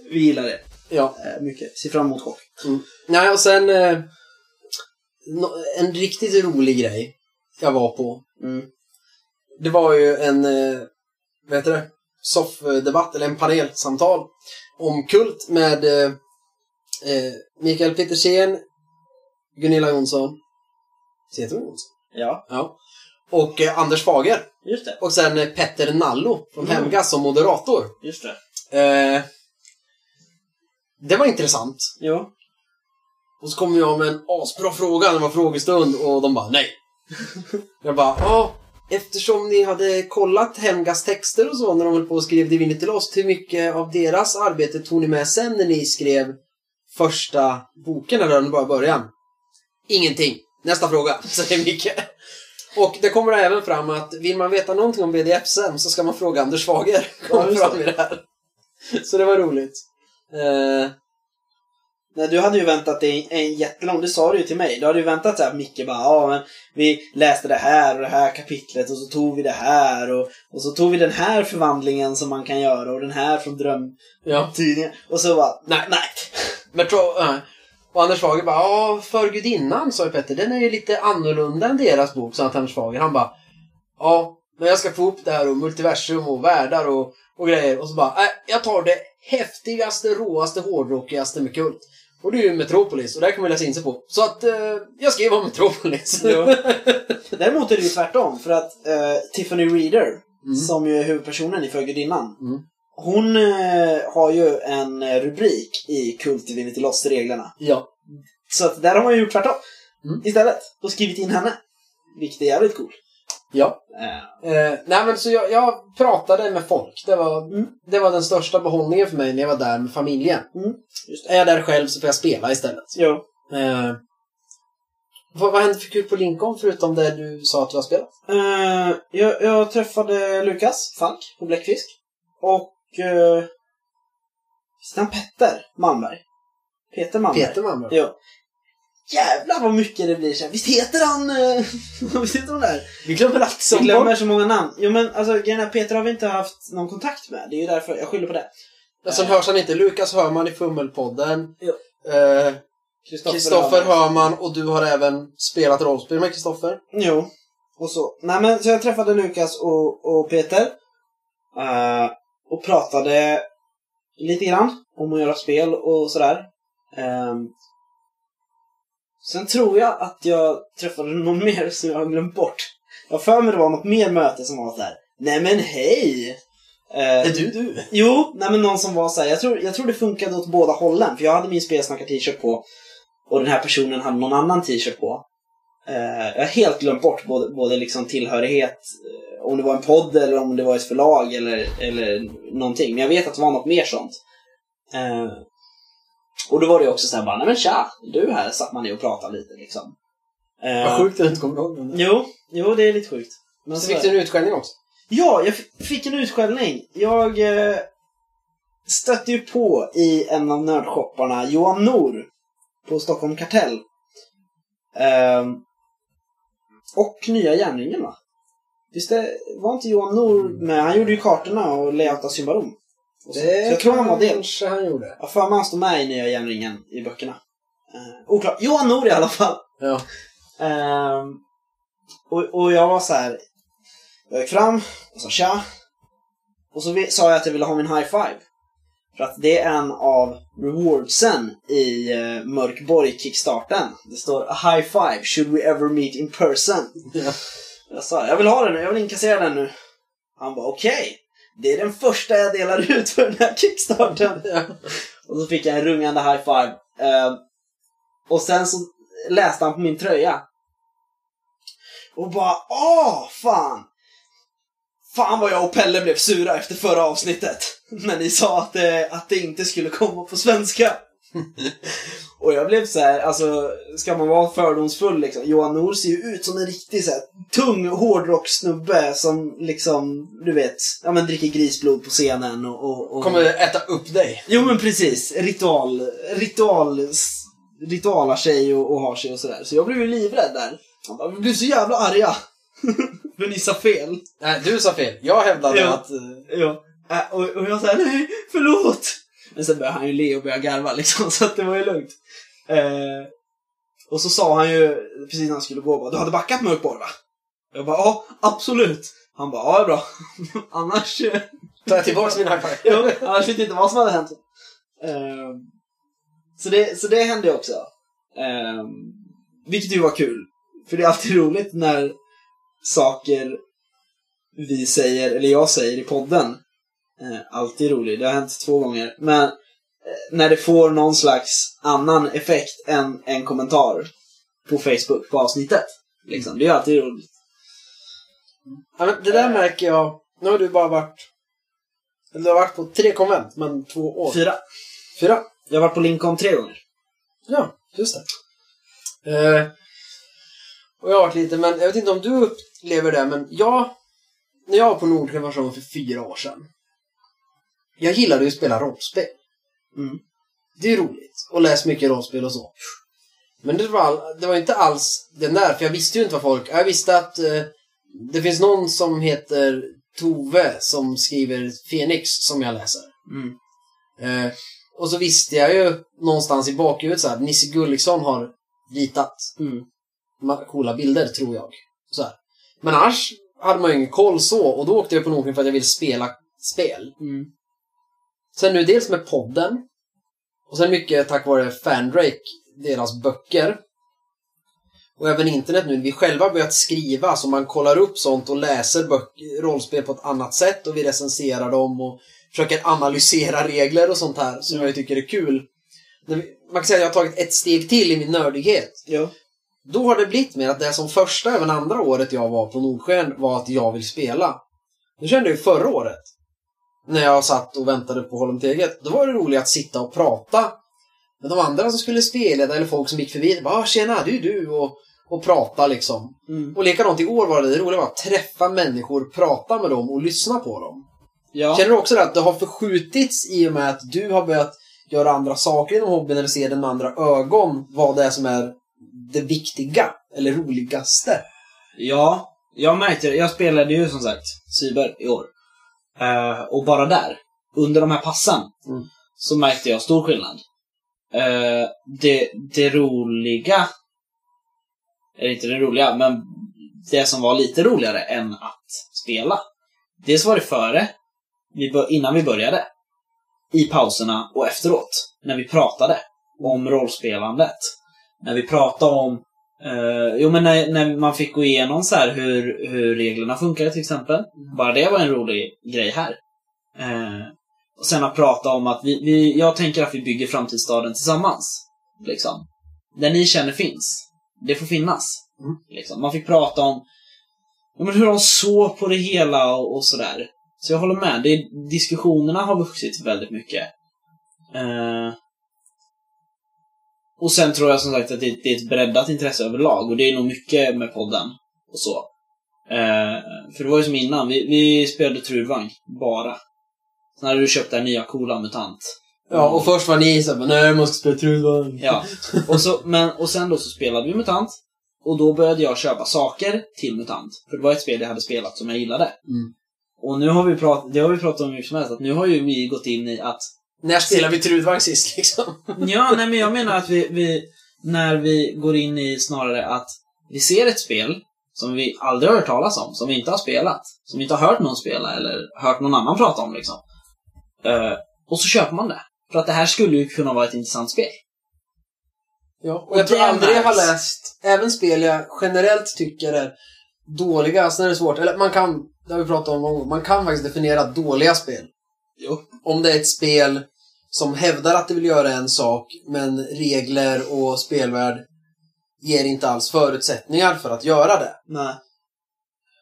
Speaker 1: Vi gillar det
Speaker 3: Ja.
Speaker 1: eh, mycket. Ser fram emot chock.
Speaker 3: Nej, och sen... Eh, nå- en riktigt rolig grej jag var på.
Speaker 1: Mm.
Speaker 3: Det var ju en, eh, vad heter det? Soffdebatt, eller en panelsamtal om Kult med eh, eh, Mikael Petersen, Gunilla Jonsson, heter hon Jonsson?
Speaker 1: Ja,
Speaker 3: Ja. Och eh, Anders Fager.
Speaker 1: just det.
Speaker 3: Och sen eh, Petter Nallo från
Speaker 1: Mm.
Speaker 3: Hemgas som moderator.
Speaker 1: Just det.
Speaker 3: Eh, det var intressant.
Speaker 1: Jo.
Speaker 3: Och så kom jag med en asbra fråga när det var frågestund och de bara nej. Jag bara, ja, eftersom ni hade kollat Hemgas texter och så när de höll på och skrev Divinity Lost, hur mycket av deras arbete tog ni med sen när ni skrev första boken eller den bara början? Ingenting. Nästa fråga, säger Micke. Och det kommer även fram att vill man veta någonting om BDFSM så ska man fråga Anders Fager.
Speaker 1: Ja,
Speaker 3: Kommer
Speaker 1: just det.
Speaker 3: fram i det här. Så det var roligt. Eh,
Speaker 1: Nej, du hade ju väntat dig en, en jättelång, det sa du ju till mig. Du hade ju väntat såhär, Micke bara, ja men vi läste det här och det här kapitlet och så tog vi det här och, och så tog vi den här förvandlingen som man kan göra och den här från
Speaker 3: ja.
Speaker 1: drömtidningen. Och så bara,
Speaker 3: Nej.
Speaker 1: nej.
Speaker 3: Men tro, äh. Och Anders Fager bara, ja, för gudinnan, sa ju Petter, den är ju lite annorlunda än deras bok, sa han till Anders Fager. Han bara, ja, men jag ska få upp det här och multiversum och världar och, och grejer. Och så bara, nej, jag tar det häftigaste, råaste, hårdrockigaste med kult. Och det är ju Metropolis, och det här kan man läsa in sig på. Så att, eh, jag skriver om Metropolis. Mm.
Speaker 1: Jo. Däremot är det ju tvärtom, för att eh, Tiffany Reader, som ju är huvudpersonen i Förgudinnan,
Speaker 3: Mm.
Speaker 1: hon eh, har ju en eh, rubrik i Kult Divinity Lost-reglerna.
Speaker 3: Ja.
Speaker 1: Så att där har man ju gjort tvärtom
Speaker 3: Mm.
Speaker 1: istället och skrivit in henne. Vilket är jävligt coolt.
Speaker 3: Ja.
Speaker 1: Eh,
Speaker 3: Eh, nej men så jag, jag pratade med folk. Det var,
Speaker 1: Mm.
Speaker 3: det var den största behållningen för mig när jag var där med familjen.
Speaker 1: Mm.
Speaker 3: Just, är jag där själv så får jag spela istället.
Speaker 1: Jo.
Speaker 3: Eh, vad, vad hände för kul på Lincoln förutom det du sa att du har spelat?
Speaker 1: Eh, jag, jag träffade Lukas Falk på Bläckfisk. Och uh, Christian Petter Malmberg. Peter Malmberg.
Speaker 3: Peter Malmberg.
Speaker 1: Jo. Jävlar vad mycket det blir sen. Visst heter han... eh, Visst heter han där?
Speaker 3: Vi glömmer alltid
Speaker 1: Vi
Speaker 3: som
Speaker 1: glömmer så många namn. Jo men alltså grejen är, Peter har vi inte haft någon kontakt med. Det är ju därför jag skyller på det.
Speaker 3: barn. Sen hörs han inte. Lukas hör man i Fummelpodden.
Speaker 1: Jo.
Speaker 3: Eh, Kristoffer
Speaker 1: Öhman.
Speaker 3: hör man och du har även spelat rollspel med Kristoffer.
Speaker 1: Jo. Och så. Nej, men, så jag träffade Lukas och, och Peter. eh, och pratade lite grann om att göra spel och sådär. Ehm, sen tror jag att jag träffade någon mer som jag har glömt bort. Jag har för mig det var något mer möte som var såhär, nej men hej! Eh,
Speaker 2: Är du du?
Speaker 1: Jo, nej men någon som var såhär, jag tror, jag tror det funkade åt båda hållen. För jag hade min spelsnackar-t-shirt på och den här personen hade någon annan t-shirt på. Eh, jag har helt glömt bort både, både liksom tillhörighet, eh, om det var en podd eller om det var ett förlag eller, eller någonting. Men jag vet att det var något mer sånt. Eh, och då var det också såhär bara, nej men tja, du här, satt man ner och pratade lite liksom. Eh,
Speaker 2: Vad sjukt att du inte kommer ihåg den.
Speaker 1: Jo, jo det är lite sjukt. Men
Speaker 3: Så
Speaker 1: så
Speaker 3: fick
Speaker 1: är
Speaker 3: du
Speaker 1: det.
Speaker 3: en utskällning också.
Speaker 1: Ja, jag f- fick en utskällning. Jag eh, stötte ju på i en av nördshopparna Johan Nor på Stockholm Kartell. Ehm, och nya Järnringen va? Visst det, var inte Johan Nor med? Han gjorde ju kartorna och layoutade Symbarom. Och så. så jag tror han var del.
Speaker 2: kanske han gjorde.
Speaker 1: Jag har för mig han står med i nya Järnringen i böckerna. Eh, oklart. Johan Nor i alla fall.
Speaker 2: Ja.
Speaker 1: Ehm, och, och jag var så här. Jag gick fram och sa tja. Och så vi- sa jag att jag ville ha min high five. För att det är en av rewardsen i uh, Mörkborg-kickstarten. Det står a high five, should we ever meet in person?
Speaker 2: Ja.
Speaker 1: Jag sa jag vill ha den nu, jag vill inkassera den nu. Han bara okej. Det är den första jag delar ut för den här kickstarten. Och så fick jag en rungande high five. Eh, och sen så läste han på min tröja. Och bara åh fan! Fan vad jag och Pelle blev sura efter förra avsnittet. När ni sa att, eh, att det inte skulle komma på svenska. och jag blev så här, alltså ska man vara fördomsfull liksom. Johan Nor ser ju ut som en riktig så här, tung hårdrockssnubbe som liksom, du vet, ja men dricker grisblod på scenen och... och, och
Speaker 3: Kommer äta upp dig.
Speaker 1: Jo men precis, ritual, ritual, s- ritualar sig och, och har sig och sådär. Så jag blev ju livrädd där. Han bara, vi blev så jävla arga. För ni sa fel.
Speaker 3: Nej, du sa fel. Jag hävdade
Speaker 1: Ja.
Speaker 3: att... eh,
Speaker 1: Ja. Äh, och, och jag sa, nej, förlåt. Men sen började han ju le och började garva liksom, så att det var ju lugnt. Eh, och så sa han ju, precis när han skulle gå, bara, du hade backat mörkborr va? Jag bara, ja, absolut. Han bara, ja, det är bra. Annars... eh,
Speaker 3: Ta jag tillbaka min high five.
Speaker 1: Jo, annars vet jag inte vad som hade hänt. Ehm, så, det, så det hände ju också. Ehm, vilket ju var kul. För det är alltid roligt när saker vi säger, eller jag säger i podden. Eh, alltid roligt, det har hänt två gånger. Men eh, när det får någon slags annan effekt än en kommentar på Facebook på avsnittet. Liksom. Det är ju alltid roligt.
Speaker 3: Ja, men det där märker jag. Nu har du bara varit... Eller du har varit på tre konvent, men två år.
Speaker 1: Fyra.
Speaker 3: Fyra.
Speaker 1: Jag har varit på Lincoln tre gånger.
Speaker 3: Ja, just det. Eh, och jag har varit lite, men jag vet inte om du upplever det, men jag... När jag var på Nordsjön första gången för fyra år sedan. Jag gillade ju att spela rollspel.
Speaker 1: Mm.
Speaker 3: Det är ju roligt. Och läst mycket rollspel och så. Men det var, all, det var inte alls den där, för jag visste ju inte vad folk... Jag visste att eh, det finns någon som heter Tove som skriver Fenix som jag läser.
Speaker 1: Mm.
Speaker 3: Eh, och så visste jag ju någonstans i bakhuvudet så här, Nisse Gulliksson har ritat
Speaker 1: Mm.
Speaker 3: ma- coola bilder, tror jag. Så här. Men annars hade man ju ingen koll så, och då åkte jag på Nordkrim för att jag ville spela spel.
Speaker 1: Mm.
Speaker 3: Sen nu dels med podden, och sen mycket tack vare Fandrake, deras böcker. Och även internet nu, vi själva har börjat skriva så man kollar upp sånt och läser böcker, rollspel på ett annat sätt och vi recenserar dem och försöker analysera regler och sånt här som jag tycker är kul. När vi- Man kan säga att jag har tagit ett steg till i min nördighet.
Speaker 1: Ja.
Speaker 3: Då har det blivit mer att det som första, även andra året jag var på Nordsken var att jag vill spela. Nu kände jag ju förra året, när jag satt och väntade på Holm Teget, då var det roligt att sitta och prata med de andra som skulle spela eller folk som gick förbi. Bara, "Ah, tjena, det är du och, och prata liksom.
Speaker 1: Mm.
Speaker 3: Och likadant i år var det, det roliga var att träffa människor, prata med dem och lyssna på dem.
Speaker 1: Ja.
Speaker 3: Känner du också det att det har förskjutits i och med att du har börjat göra andra saker inom hobbyn eller ser den med andra ögon vad det är som är det viktiga eller roligaste?
Speaker 1: Ja, jag märkte det. Jag spelade ju som sagt cyber i år. Eh, och bara där, under de här passen,
Speaker 3: Mm.
Speaker 1: så märkte jag stor skillnad. Eh, det, det roliga, eller inte det roliga, men det som var lite roligare än att spela. Dels var det före, vi bör, innan vi började, i pauserna och efteråt, när vi pratade om rollspelandet. När vi pratade om, eh, jo men när, när man fick gå igenom så här hur, hur reglerna funkar till exempel. Bara det var en rolig grej här. Eh, och sen att prata om att vi, vi, jag tänker att vi bygger framtidsstaden tillsammans. Liksom. Det ni känner finns. Det får finnas.
Speaker 3: Mm.
Speaker 1: Liksom. Man fick prata om ja, men hur de såg på det hela och, och sådär. Så jag håller med. Det, diskussionerna har vuxit väldigt mycket. Eh, och sen tror jag som sagt att det, det är ett breddat intresse överlag och det är nog mycket med podden och så. Eh, för det var ju som innan, vi, vi spelade Trudvang, bara. Sen hade du köpt den nya coola MUTANT.
Speaker 3: Ja, och först var ni såhär, nej, jag måste spela Trudvang.
Speaker 1: Ja. Och, så, men, och sen då så spelade vi MUTANT. Och då började jag köpa saker till MUTANT. För det var ett spel jag hade spelat som jag gillade.
Speaker 3: Mm.
Speaker 1: Och nu har vi pratat, det har vi pratat om hur mycket som helst, att nu har ju vi gått in i att
Speaker 3: När spelade vi Trudvang sist liksom?
Speaker 1: Ja, nej men jag menar att vi, vi, när vi går in i snarare att vi ser ett spel som vi aldrig har hört talas om, som vi inte har spelat, som vi inte har hört någon spela eller hört någon annan prata om liksom. Eh, och så köper man det. För att det här skulle ju kunna vara ett intressant spel.
Speaker 3: Ja, och,
Speaker 1: Och
Speaker 3: jag tror
Speaker 1: det
Speaker 3: aldrig jag har
Speaker 1: märks.
Speaker 3: läst, även spel jag generellt tycker är dåliga, sen är det svårt, eller man kan, det har vi pratat om många gånger, man kan faktiskt definiera dåliga spel.
Speaker 1: Jo.
Speaker 3: Om det är ett spel som hävdar att det vill göra en sak, men regler och spelvärld ger inte alls förutsättningar för att göra det.
Speaker 1: Nej.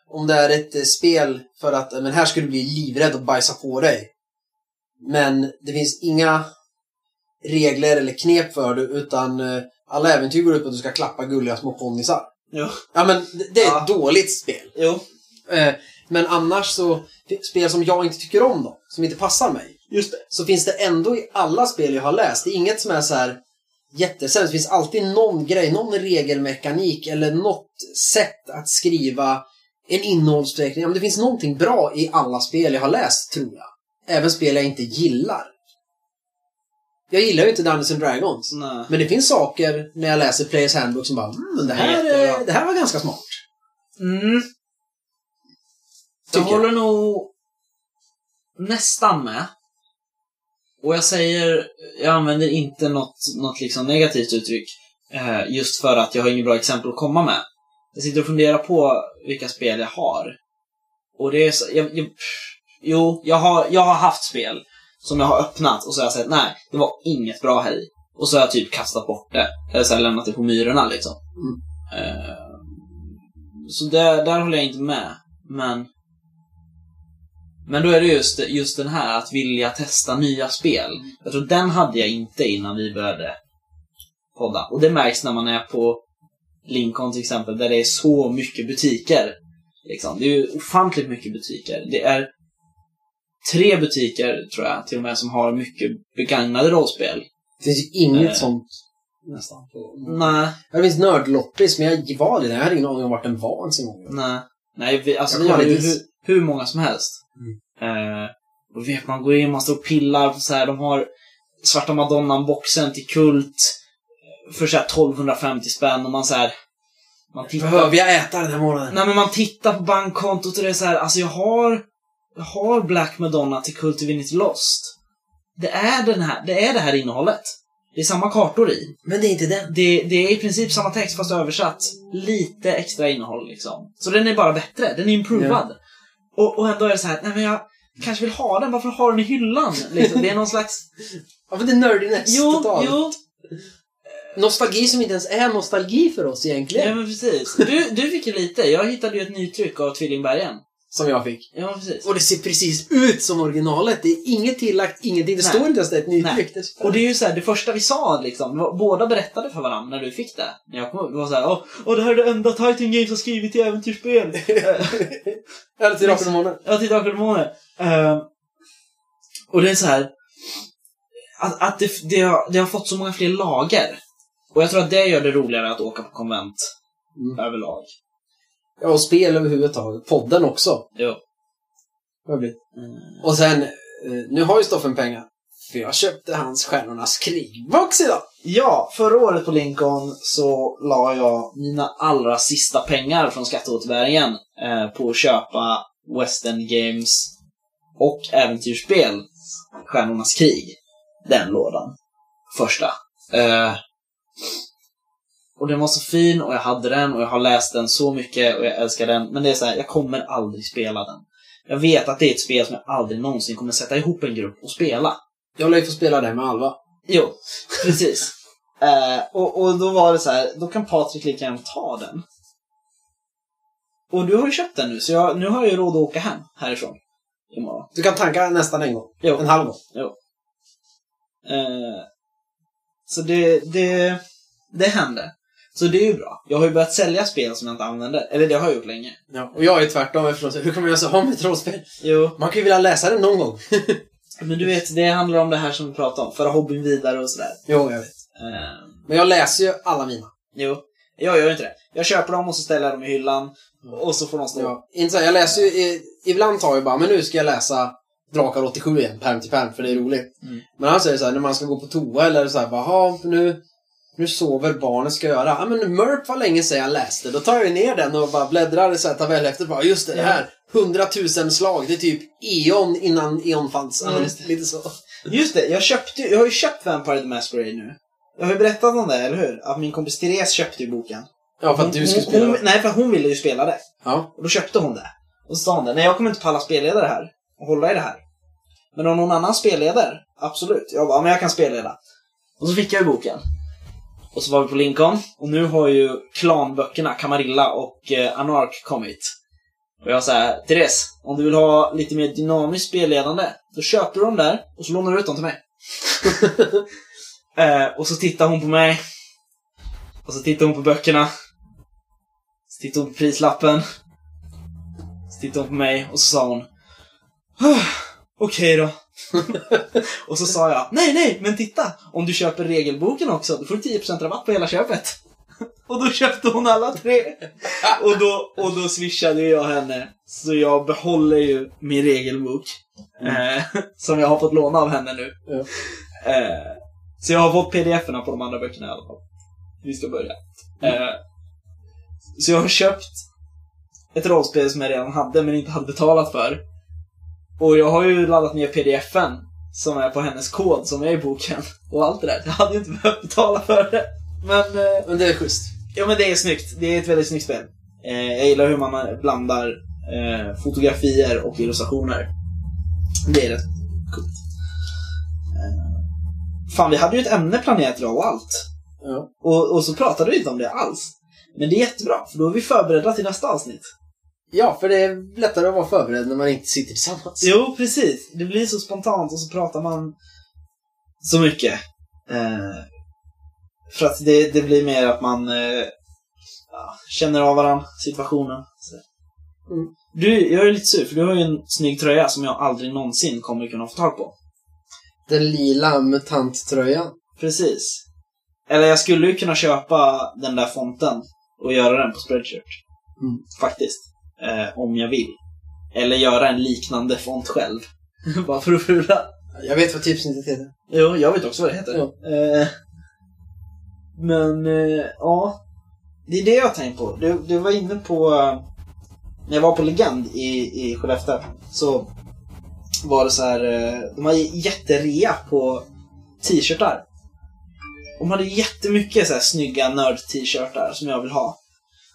Speaker 3: Om det är ett eh, spel för att, eh, men här ska du bli livrädd och bajsa på dig. Men det finns inga regler eller knep för det, utan eh, alla äventyr går ut på att du ska klappa gulliga små ponnisar.
Speaker 1: Jo.
Speaker 3: Ja, men det- det är
Speaker 1: Ja.
Speaker 3: ett dåligt spel.
Speaker 1: Jo.
Speaker 3: Eh, Men annars så, spel som jag inte tycker om då, som inte passar mig,
Speaker 1: Just det.
Speaker 3: så finns det ändå i alla spel jag har läst, det är inget som är så här jättesämst. Det finns alltid någon grej, någon regelmekanik eller något sätt att skriva en innehållsförteckning. Ja, men Det finns någonting bra i alla spel jag har läst, tror jag. Även spel jag inte gillar. Jag gillar ju inte Dungeons and Dragons.
Speaker 1: Nej.
Speaker 3: Men det finns saker när jag läser Players Handbook som bara mm, det, här,
Speaker 1: Jättebra.
Speaker 3: eh, det här var ganska smart.
Speaker 1: Mm. Jag
Speaker 3: Tycker jag.
Speaker 1: håller nog nästan med. Och jag säger, jag använder inte något, något liksom negativt uttryck. Eh, just för att jag har inget bra exempel att komma med. Jag sitter och funderar på vilka spel jag har. Och det är så, jag, jag, Jo, jag har, jag har haft spel som jag har öppnat och så har jag sett, nej, det var inget bra här i. Och så har jag typ kastat bort det. Eller så har jag lämnat det på myrorna liksom.
Speaker 3: Mm.
Speaker 1: Eh, så där, där håller jag inte med. Men... Men då är det just, just den här att vilja testa nya spel. Jag tror den hade jag inte innan vi började podda. Och det märks när man är på Lincoln till exempel, där det är så mycket butiker. Liksom. Det är ju ofantligt mycket butiker. Det är tre butiker, tror jag, till och med, som har mycket begagnade rollspel.
Speaker 3: Det finns ju inget
Speaker 1: Eh.
Speaker 3: sånt nästan. på-
Speaker 1: Nej,
Speaker 3: Ja, Det finns nördloppis, men jag var det. Jag hade ingen aning om vart den var ens en gång.
Speaker 1: Nej. Nej, vi, alltså
Speaker 3: Jag
Speaker 1: vi
Speaker 3: kommer
Speaker 1: har ju
Speaker 3: dit.
Speaker 1: hur, hur många som helst.
Speaker 3: Mm.
Speaker 1: Eh, och vet man går in, man står och pillar på så här, de har Svarta Madonnan-boxen till Kult för så här 1250 spänn och man så här man tittar,
Speaker 3: Behöver jag äta den här månaden?
Speaker 1: Nej men man tittar på bankkontot och det är så här, alltså jag har, jag har Black Madonna till Kult Divinity Lost. Det är, den här, det är det här innehållet. Det är samma kartor i.
Speaker 3: Men det är inte den.
Speaker 1: Det, det är i princip samma text fast översatt. Lite extra innehåll liksom. Så den är bara bättre, den är improvad. Och, och ändå är det så här, nej men jag kanske vill ha den, varför har den i hyllan? Liksom. Det är någon slags...
Speaker 3: Ja, men det är nördiness
Speaker 1: Jo,
Speaker 3: totalt.
Speaker 1: jo,
Speaker 3: Nostalgi som inte ens är nostalgi för oss
Speaker 1: ja
Speaker 3: egentligen.
Speaker 1: men precis. Du, du fick ju lite, jag hittade ju ett nytryck av Tvillingbergen.
Speaker 3: Som jag fick.
Speaker 1: Ja men precis.
Speaker 3: Och det ser precis ut som originalet. Det är inget tillagt, ingenting. Det
Speaker 1: Nej.
Speaker 3: står inte ens det är ett nytryck.
Speaker 1: Och det är ju så här, det första vi sa liksom, var- båda berättade för varandra när du fick det. När jag kom upp, det var såhär, åh, åh det här är det enda Titan Games har skrivit i äventyrsspel.
Speaker 3: Eller till Rakon och Månen.
Speaker 1: Ja, till Drakar och Demoner. Ehm, och det är så här. Att, att det, det, har, det har fått så många fler lager. Och jag tror att det gör det roligare att åka på konvent.
Speaker 3: Mm.
Speaker 1: Överlag.
Speaker 3: Ja, och spel överhuvudtaget. Podden också.
Speaker 1: Jo. Mm.
Speaker 3: Vad blir det? Och sen, eh, nu har ju Stoffen pengar. För jag köpte hans Stjärnornas krigbox idag.
Speaker 1: Ja, förra året på Lincoln så la jag mina allra sista pengar från skatteåterbäringen eh, på att köpa Western Games och äventyrsspel Stjärnornas krig. Den lådan. Första. Eh, och den var så fin och jag hade den och jag har läst den så mycket och jag älskar den. Men det är så här, jag kommer aldrig spela den. Jag vet att det är ett spel som jag aldrig någonsin kommer sätta ihop en grupp och spela.
Speaker 3: Jag lär ju få spela det med Alva.
Speaker 1: Jo, precis. Eh, och, och då var det så här, då kan Patrik lika gärna ta den. Och du har ju köpt den nu, så jag, nu har jag ju råd att åka hem härifrån. Imorgon.
Speaker 3: Du kan tanka nästan en gång.
Speaker 1: Jo.
Speaker 3: En halv gång.
Speaker 1: Eh, så det, det, det hände. Så det är ju bra. Jag har ju börjat sälja spel som jag inte använder. Eller det har jag gjort länge.
Speaker 3: Ja, och jag är tvärtom eftersom hur kan man göra så här med trollspel?
Speaker 1: Jo.
Speaker 3: Man kan ju vilja läsa det någon gång.
Speaker 1: Men du vet, det handlar om det här som vi pratade om. Föra hobbyn vidare och sådär.
Speaker 3: jo, jag vet.
Speaker 1: Eh,
Speaker 3: Men jag läser ju alla mina.
Speaker 1: jo. Jag gör ju inte det. Jag köper dem och så ställer jag dem i hyllan. Och så får de stå.
Speaker 3: Ja, inte så här, jag läser ju, i- ibland tar jag bara, men nu ska jag läsa Drakar 87 igen, pärm till pärm, för det är roligt.
Speaker 1: Mm.
Speaker 3: Men annars är det så här, när man ska gå på toa eller så här, jaha, nu, nu sover barnen, ska jag göra? Ja, men Mörp var länge sedan jag läste. Då tar jag ju ner den och bara bläddrar i så här tabellhäftet bara, just det, det här, 100 000 slag, det är typ eon innan eon fanns. Ja,
Speaker 1: Mm.
Speaker 3: just det, lite så.
Speaker 1: Just det, jag, köpte, ju- jag har ju köpt Vampire the Masquerade nu. Jag har ju berättat om det, eller hur? Att min kompis Therese köpte ju boken.
Speaker 3: Ja, för att du skulle
Speaker 1: hon,
Speaker 3: spela.
Speaker 1: Hon, nej, för hon ville ju spela det.
Speaker 3: Ja.
Speaker 1: Och då köpte hon det. Och så sa hon det, nej jag kommer inte palla spelledare här och hålla i det här. Men om någon annan spelleder, absolut. Jag bara, "Ja, men jag kan spelleda. Och så fick jag ju boken. Och så var vi på Lincoln och nu har ju klanböckerna Camarilla och eh, Anark kommit. Och jag säger, Therese, om du vill ha lite mer dynamiskt spelledande, då köper du dem där och så lånar du ut dem till mig. eh, och så tittar hon på mig. Och så tittar hon på böckerna. Så tittar hon på prislappen. Så tittade hon på mig och så sa hon "Ah, Okej då. och så sa jag Nej, nej, men titta! Om du köper regelboken också, då får du 10% rabatt på hela köpet. och då köpte hon alla tre. och, då, och då swishade jag henne. Så jag behåller ju min regelbok. Eh, som jag har fått låna av henne nu.
Speaker 3: Ja.
Speaker 1: Eh, så jag har fått pdf-erna på de andra böckerna i alla fall. Vi ska börja. Eh, så jag har köpt ett rollspel som jag redan hade men inte hade betalat för. Och jag har ju laddat ner pdf-en som är på hennes kod som är i boken och allt det där. Jag hade ju inte behövt betala för det. Men, eh,
Speaker 3: Men det är schysst.
Speaker 1: ja, men det är snyggt. Det är ett väldigt snyggt spel. Eh, jag gillar hur man blandar eh, fotografier och illustrationer. Det är rätt coolt. Eh, fan, vi hade ju ett ämne planerat idag och allt.
Speaker 3: Ja.
Speaker 1: Och, och så pratade vi inte om det alls. Men det är jättebra, för då är vi förberedda till nästa avsnitt.
Speaker 3: ja, för det är lättare att vara förberedd när man inte sitter tillsammans.
Speaker 1: Jo, precis. Det blir så spontant och så pratar man så mycket. Eh, för att det, det blir mer att man eh, ja, känner av varandra, situationen. Så.
Speaker 3: Mm.
Speaker 1: Du, jag är lite sur, för du har ju en snygg tröja som jag aldrig någonsin kommer kunna få tag på.
Speaker 3: Den lila mutanttröjan.
Speaker 1: Precis. Eller jag skulle ju kunna köpa den där fonten och göra den på Spreadshirt.
Speaker 3: Mm.
Speaker 1: Faktiskt. Eh, om jag vill. Eller göra en liknande font själv. Bara för att fula.
Speaker 3: Jag vet vad tipsnittet heter.
Speaker 1: Jo, jag vet också vad det heter. Eh, men, eh, ja. Det är det jag har tänkt på. Du, du var inne på... eh, När jag var på Legend i, i Skellefteå så var det så här... eh, De hade jätterea på t-shirtar. De hade jättemycket så här snygga nörd-t-shirtar som jag vill ha.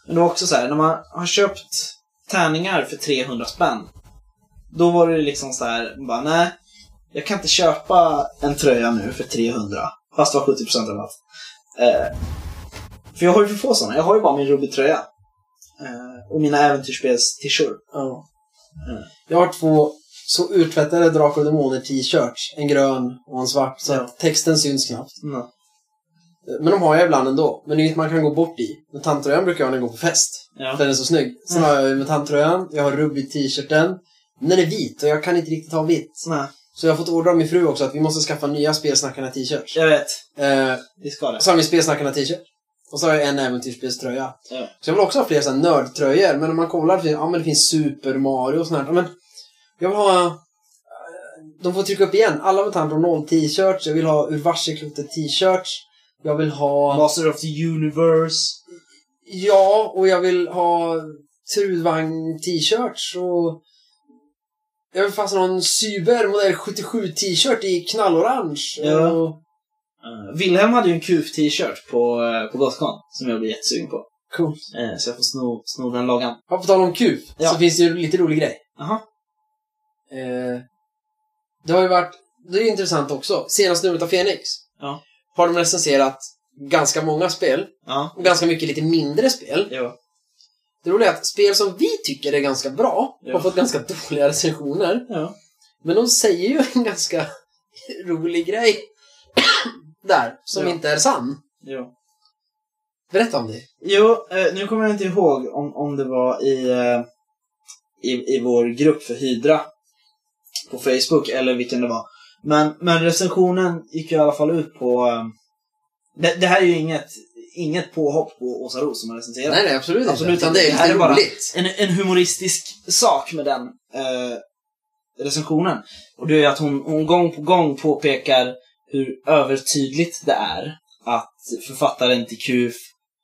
Speaker 1: Men det var också så här, när man har köpt tärningar för 300 spänn. Då var det liksom så här, bara nej. Jag kan inte köpa en tröja nu för 300. Fast det var 70% rabatt. Eh, för jag har ju för få sådana. Jag har ju bara min Ruby-tröja. Eh, och mina äventyrsspels-t-shirts.
Speaker 3: Ja.
Speaker 1: Mm.
Speaker 3: Jag har två så urtvättade Drakar och Demoner t-shirts. En grön och en svart. Så att texten syns knappt.
Speaker 1: Mm.
Speaker 3: Men de har jag ibland ändå. Men det är inget man kan gå bort i. Mutanttröjan brukar jag ha när jag går på fest.
Speaker 1: Ja.
Speaker 3: För den är så snygg. Sen har jag ju mutanttröjan. Jag har rubbig t-shirten. Men den är vit och jag kan inte riktigt ha vitt.
Speaker 1: Såna,
Speaker 3: Så jag har fått order av min fru också att vi måste skaffa nya Spelsnackarna t-shirts.
Speaker 1: jag vet.
Speaker 3: Eh,
Speaker 1: Vi ska det.
Speaker 3: så har vi Spelsnackarna t-shirt. Och så har jag en äventyrsspelströja.
Speaker 1: Ja.
Speaker 3: Så jag vill också ha fler sådana nördtröjor. Men om man kollar, det finns- ja men det finns Super Mario och sånt här. Ja, Men jag vill ha... eh, de får trycka upp igen. Alla vill ta hand om noll t-shirts. Jag vill ha ur varseklotet t-shirts. Jag vill ha...
Speaker 1: Master of the Universe.
Speaker 3: Ja, och jag vill ha Trudvagn t-shirts och... Jag vill fast någon Cyber modell 77 t-shirt i knallorange.
Speaker 1: Ja.
Speaker 3: Och...
Speaker 1: Uh, Wilhelm hade ju en QF-t-shirt på, eh, på Gothcon som jag blev jättesugen på.
Speaker 3: Coolt.
Speaker 1: Eh, så jag får sno, sno den loggan.
Speaker 3: Ja, på tal om kuf
Speaker 1: Ja.
Speaker 3: så finns det ju lite rolig grej.
Speaker 1: Jaha.
Speaker 3: Eh, det har ju varit, det är ju intressant också, senaste numret av Phoenix
Speaker 1: Ja.
Speaker 3: har de recenserat ganska många spel
Speaker 1: Ja.
Speaker 3: och ganska mycket lite mindre spel.
Speaker 1: Jo.
Speaker 3: Det roliga är att spel som vi tycker är ganska bra
Speaker 1: Ja.
Speaker 3: har fått ganska dåliga recensioner.
Speaker 1: Ja.
Speaker 3: Men de säger ju en ganska rolig grej där, som
Speaker 1: Ja.
Speaker 3: inte är sann.
Speaker 1: Jo.
Speaker 3: Berätta om det.
Speaker 1: Jo, eh, nu kommer jag inte ihåg om, om det var i, eh, i, i vår grupp för Hydra på Facebook eller vilken det var. Men, men recensionen gick ju i alla fall ut på... eh, Det, det här är ju inget, inget påhopp på Åsa Ros som har recenserat.
Speaker 3: Nej, nej, absolut,
Speaker 1: Absolut
Speaker 3: inte. Utan
Speaker 1: inte.
Speaker 3: det är
Speaker 1: Det här
Speaker 3: lite
Speaker 1: är bara-
Speaker 3: roligt.
Speaker 1: en, en humoristisk sak med den eh, recensionen. Och det är att hon, hon gång på gång påpekar hur övertydligt det är att författaren till QF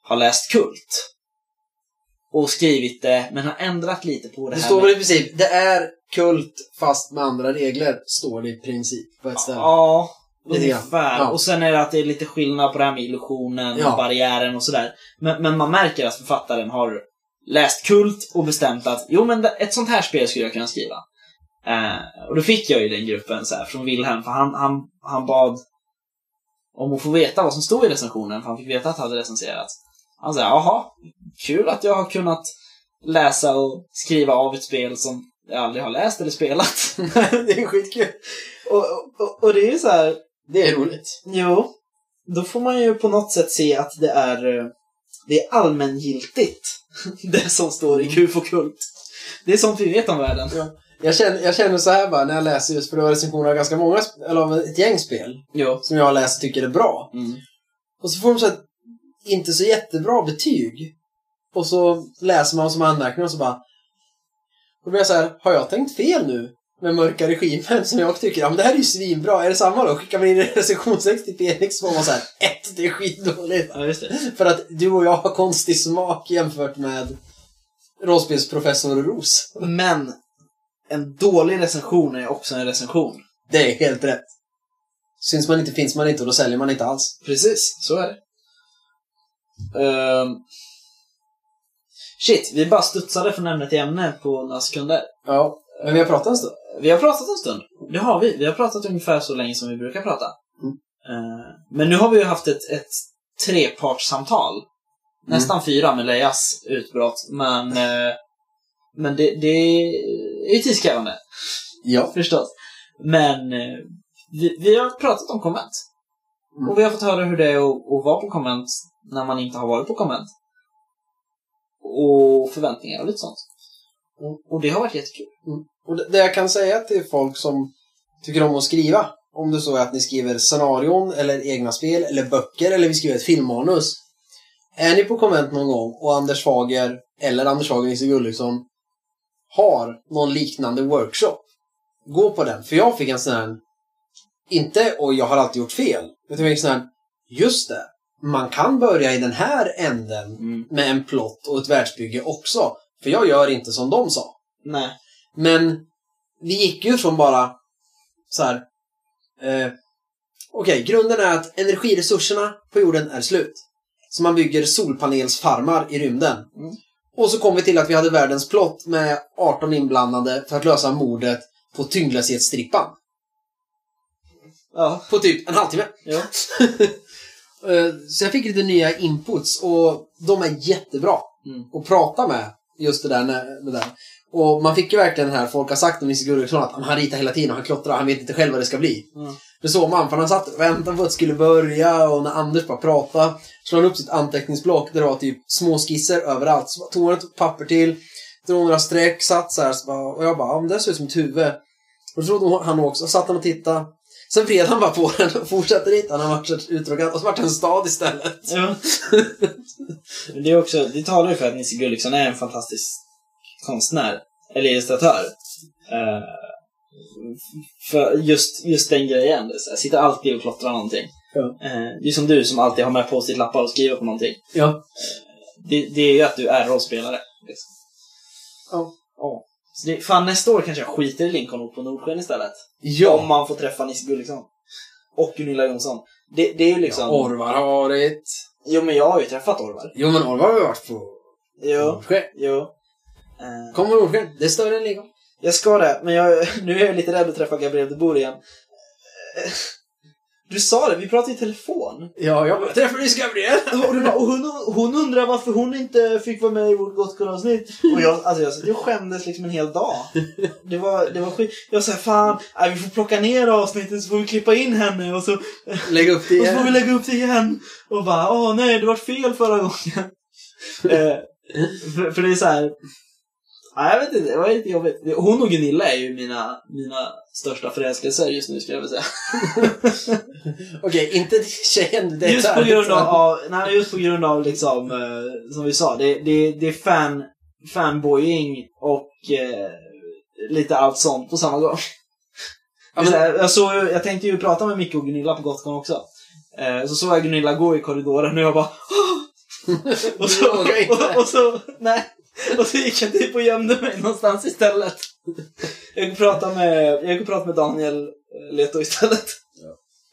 Speaker 1: har läst Kult. Och skrivit det, men har ändrat lite på det,
Speaker 3: Det
Speaker 1: här.
Speaker 3: står
Speaker 1: med-
Speaker 3: väl i princip, det är kult fast med andra regler, står det i princip på ett ställe.
Speaker 1: Ja,
Speaker 3: Lite grann.
Speaker 1: ungefär.
Speaker 3: Ja.
Speaker 1: Och sen är det att det är lite skillnad på det här med illusionen,
Speaker 3: Ja.
Speaker 1: och barriären och sådär. Men, men man märker att författaren har läst Kult och bestämt att jo men det- ett sånt här spel skulle jag kunna skriva. Eh, och då fick jag ju den gruppen så här, från Wilhelm, för han, han, han bad om att få veta vad som stod i recensionen, för han fick veta att det hade recenserats. Han sa jaha, kul att jag har kunnat läsa och skriva av ett spel som jag aldrig har läst eller spelat.
Speaker 3: det är skitkul.
Speaker 1: och, och, och det är ju så här,
Speaker 3: Det är roligt.
Speaker 1: Jo, då får man ju på något sätt se att det är, eh, det är allmängiltigt. Det som står i kufokult. Mm. Det är sånt vi vet om världen.
Speaker 3: Jag känner, jag känner så här bara när jag läser just, för det var recensioner av ganska många, sp- eller av ett gäng spel
Speaker 1: Jo.
Speaker 3: som jag har läst och tycker är bra.
Speaker 1: Mm.
Speaker 3: Och så får de så här, inte så jättebra betyg. Och så läser man som anmärkningar och så bara... Då blir jag så här, har jag tänkt fel nu? Med mörka regimen som jag tycker, ja men det här är ju svinbra, är det samma då? Skickar man in en recensionstext till Felix så får man så här, ett, det är skitdåligt.
Speaker 1: Ja, just det.
Speaker 3: För att du och jag har konstig smak jämfört med rollspelsprofessor Ros.
Speaker 1: Men en dålig recension är också en recension.
Speaker 3: Det är helt rätt. Syns man inte finns man inte och då säljer man inte alls.
Speaker 1: Precis, så är det. Ehm. Shit, vi bara studsade från ämne till ämne på några sekunder.
Speaker 3: Ja. Men vi har pratat en stund.
Speaker 1: Vi har pratat en stund. Det har vi. Vi har pratat ungefär så länge som vi brukar prata.
Speaker 3: Mm.
Speaker 1: Eh, Men nu har vi ju haft ett, ett trepartssamtal.
Speaker 3: Mm.
Speaker 1: Nästan fyra med Leias utbrott. Men, eh, men det, det är ju tidskrävande
Speaker 3: Ja.
Speaker 1: förstås. Men eh, vi, vi har pratat om konvent.
Speaker 3: Mm.
Speaker 1: Och vi har fått höra hur det är att, att vara på konvent när man inte har varit på konvent. Och förväntningar och lite sånt.
Speaker 3: Mm.
Speaker 1: Och, och det har varit jättekul.
Speaker 3: Och det, det jag kan säga till folk som tycker om att skriva, om det så är att ni skriver scenarion eller egna spel eller böcker eller vi skriver ett filmmanus. Är ni på konvent någon gång och Anders Fager eller Anders Fager Nisse Gulliksson har någon liknande workshop, gå på den. För jag fick en sån här, inte och jag har alltid gjort fel, utan jag fick en sån här, just det, man kan börja i den här änden med en plott och ett världsbygge också. För jag gör inte som de sa.
Speaker 1: Nej.
Speaker 3: Men vi gick ju från bara så här. Eh, Okej, grunden är att energiresurserna på jorden är slut. Så man bygger solpanelsfarmar i rymden.
Speaker 1: Mm.
Speaker 3: Och så kom vi till att vi hade världens plott med 18 inblandade för att lösa mordet på tyngdlöshetsstrippan.
Speaker 1: Ja,
Speaker 3: På typ en halvtimme.
Speaker 1: jo.
Speaker 3: Eh, Så jag fick lite nya inputs och de är jättebra
Speaker 1: Mm.
Speaker 3: att prata med. Just det där, när- det där. Och man fick ju verkligen det här, folk har sagt om Nisse Gulliksson att han ritar hela tiden, han klottrar, han vet inte själv vad det ska bli.
Speaker 1: Mm.
Speaker 3: Det såg man, för han satt och väntade på att det skulle börja och när Anders bara pratade slog han upp sitt anteckningsblock där det var typ små skisser överallt. Så bara tog han ett papper till, drog några streck, satt så här, så bara, och jag bara, ja, men det ser ut som ett huvud. Och så trodde han också, och satt han och tittade. Sen vred han bara på den och fortsatte rita, han har varit så uttråkad, och så vart det en stad istället.
Speaker 1: Ja. Men det, är också, det talar ju för att Nisse Gulliksson är en fantastisk konstnär, eller illustratör. Eh, För just, just den grejen. det är så här, Sitter alltid och klottrar någonting.
Speaker 2: Ja.
Speaker 1: Eh, det är som du som alltid har med post-it lappar och skriver på någonting.
Speaker 2: Ja.
Speaker 1: Det, det är ju att du är rollspelare. Liksom.
Speaker 3: Ja.
Speaker 1: Ja. Så det, fan, nästa år kanske jag skiter i Lincoln och på Nordsjön istället. Om man får träffa Nisse Gulliksson. Och Gunilla Jonsson. Det, det är ju liksom...
Speaker 3: Orvar har varit.
Speaker 1: Jo, men jag har ju träffat Orvar.
Speaker 3: Jo, men Orvar har ju varit på
Speaker 1: Jo,
Speaker 3: Nordsjön.
Speaker 1: jo. Eh,
Speaker 3: Kom på Nordsjön. Det är större än Lincoln.
Speaker 1: jag ska det, men jag, nu är jag lite rädd att träffa Gabriel de Boer igen. Eh, Du sa det, vi pratade i telefon.
Speaker 3: Ja, jag träffade nyss Gabriel.
Speaker 1: Och du bara, och hon, hon undrar varför hon inte fick vara med i vårt Gothcon-avsnitt. Och jag, alltså jag, satt och skämdes liksom en hel dag. Det var, det var skit. Jag sa fan, nej, vi får plocka ner avsnittet så får vi klippa in henne och så, och
Speaker 3: Lägg upp det
Speaker 1: så får vi
Speaker 3: igen.
Speaker 1: lägga upp det igen. Och bara, åh nej, det var fel förra gången. eh, för, för det är så här. Nej, jag vet inte, det var lite jobbigt. Hon och Gunilla är ju mina, mina största förälskelser just nu, skulle jag vilja säga.
Speaker 3: Okej, inte tjejen. Det är
Speaker 1: Just på
Speaker 3: tärligt,
Speaker 1: grund
Speaker 3: men-
Speaker 1: av, av, nej, just på grund av liksom, eh, som vi sa, det, det, det är fan, fanboying och eh, lite allt sånt på samma gång.
Speaker 3: Ja,
Speaker 1: Så
Speaker 3: men,
Speaker 1: här, eh, jag, såg, ju- jag tänkte ju prata med Micke och Gunilla på Gotcon också. Eh, så såg jag Gunilla gå i korridoren och jag bara och så,
Speaker 3: Du vågar inte.
Speaker 1: och, och så, nej. Och så gick jag typ och gömde mig någonstans istället. Jag gick och pratade med, jag gick och pratade med Daniel eh, Leto istället.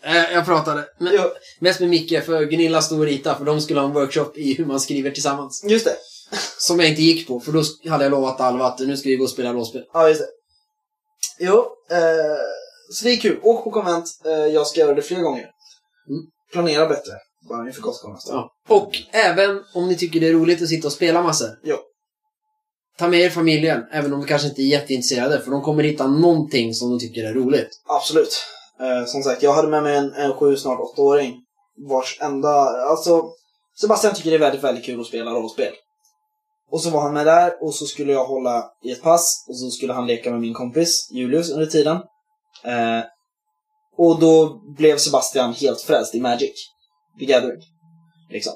Speaker 3: eh, jag pratade. Men,
Speaker 1: Jag,
Speaker 3: Mest med Micke, för Gunilla stod och ritade, för de skulle ha en workshop i hur man skriver tillsammans.
Speaker 1: just det.
Speaker 3: Som jag inte gick på, för då sk- hade jag lovat Alva att nu ska vi gå och spela rollspel.
Speaker 1: Ja, just det. Jo, eh, så det är kul. Åk på konvent. Eh, jag ska göra det fler gånger.
Speaker 3: Mm.
Speaker 1: Planera bättre. Bara inför Gotcon nästa år.
Speaker 3: Ja. Och även om ni tycker det är roligt att sitta och spela massor.
Speaker 1: Ja.
Speaker 3: Ta med er familjen, även om de kanske inte är jätteintresserade, för de kommer hitta någonting som de tycker är roligt.
Speaker 1: Absolut. Eh, som sagt, jag hade med mig en, en sju, snart åttaåring. Vars enda... Alltså, Sebastian tycker det är väldigt, väldigt kul att spela rollspel. Och så var han med där och så skulle jag hålla i ett pass och så skulle han leka med min kompis Julius under tiden. Eh, och då blev Sebastian helt frälst i Magic. The Gathering. Liksom.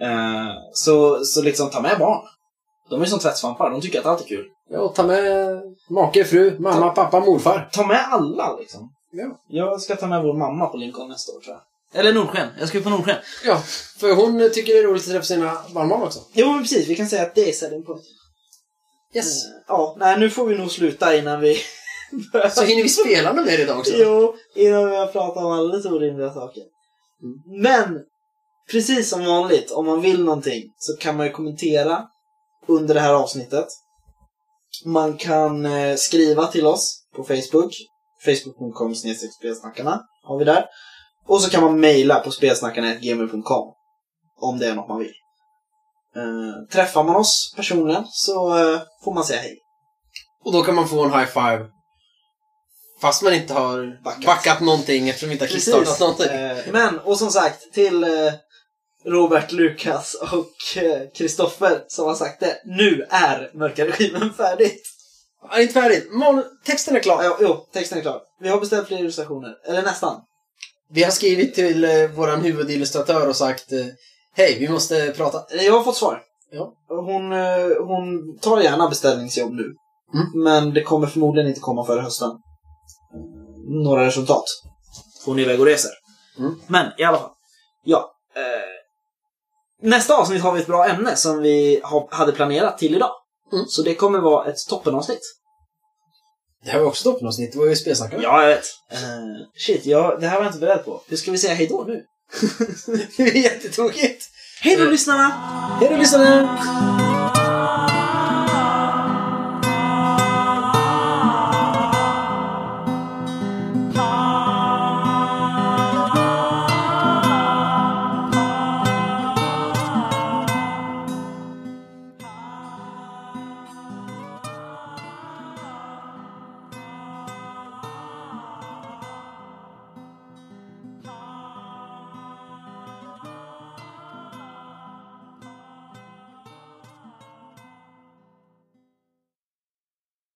Speaker 1: Eh, så, så liksom, ta med barn. De är som tvättsvampar, de tycker att allt är kul.
Speaker 3: Ja, ta med make, fru, mamma, pappa, morfar.
Speaker 1: Ta med alla liksom.
Speaker 3: Ja.
Speaker 1: Jag ska ta med vår mamma på Lincoln nästa år tror jag. Eller Nordsken. Jag ska ju på Nordsken.
Speaker 3: Ja, för hon tycker det är roligt att träffa sina barnbarn också.
Speaker 1: Jo men precis, vi kan säga att det är selling point.
Speaker 3: Yes.
Speaker 1: Eh, Ja, nej nu får vi nog sluta innan vi börjar.
Speaker 3: Så hinner vi spela något mer idag också?
Speaker 1: Jo, innan vi börjar prata om alldeles orimliga saker. Men, precis som vanligt, om man vill någonting så kan man ju kommentera under det här avsnittet. Man kan eh, skriva till oss på Facebook. Facebook.com spelsnackarna har vi där. Och så kan man mejla på spelsnackarna.gmail.com om det är något man vill. Eh, träffar man oss personligen så eh, får man säga hej.
Speaker 3: Och då kan man få en high five. Fast man inte har
Speaker 1: Backat.
Speaker 3: backat, någonting eftersom vi inte har kickstartat
Speaker 1: Precis.
Speaker 3: någonting.
Speaker 1: Eh, Men, och som sagt, till eh, Robert, Lukas och eh, Kristoffer som har sagt det. Nu är Mörka Regimen färdigt!
Speaker 3: Ja, inte färdigt. Manu- texten är
Speaker 1: Ja,
Speaker 3: klar.
Speaker 1: jo, jo, texten är klar. Vi har beställt fler illustrationer. Eller nästan.
Speaker 3: Vi har skrivit till eh, vår huvudillustratör och sagt eh, Hej, vi måste prata.
Speaker 1: Eh, Jag har fått svar.
Speaker 3: Ja.
Speaker 1: Hon, eh, hon tar gärna beställningsjobb nu.
Speaker 3: Mm.
Speaker 1: Men det kommer förmodligen inte komma före hösten. Eh, Några resultat. Hon är iväg och reser.
Speaker 3: Mm.
Speaker 1: Men i alla fall. Ja. Eh, nästa avsnitt har vi ett bra ämne som vi ha, hade planerat till idag.
Speaker 3: Mm.
Speaker 1: Så det kommer vara ett toppenavsnitt.
Speaker 3: Det här var också toppenavsnitt. Det var ju spelsnackare.
Speaker 1: Ja, jag vet. Eh, shit, jag, det här var jag inte beredd på. Hur ska vi säga hejdå nu? Eh,
Speaker 3: det är jättetokigt.
Speaker 1: Hej då lyssnarna!
Speaker 3: Hej då lyssnare!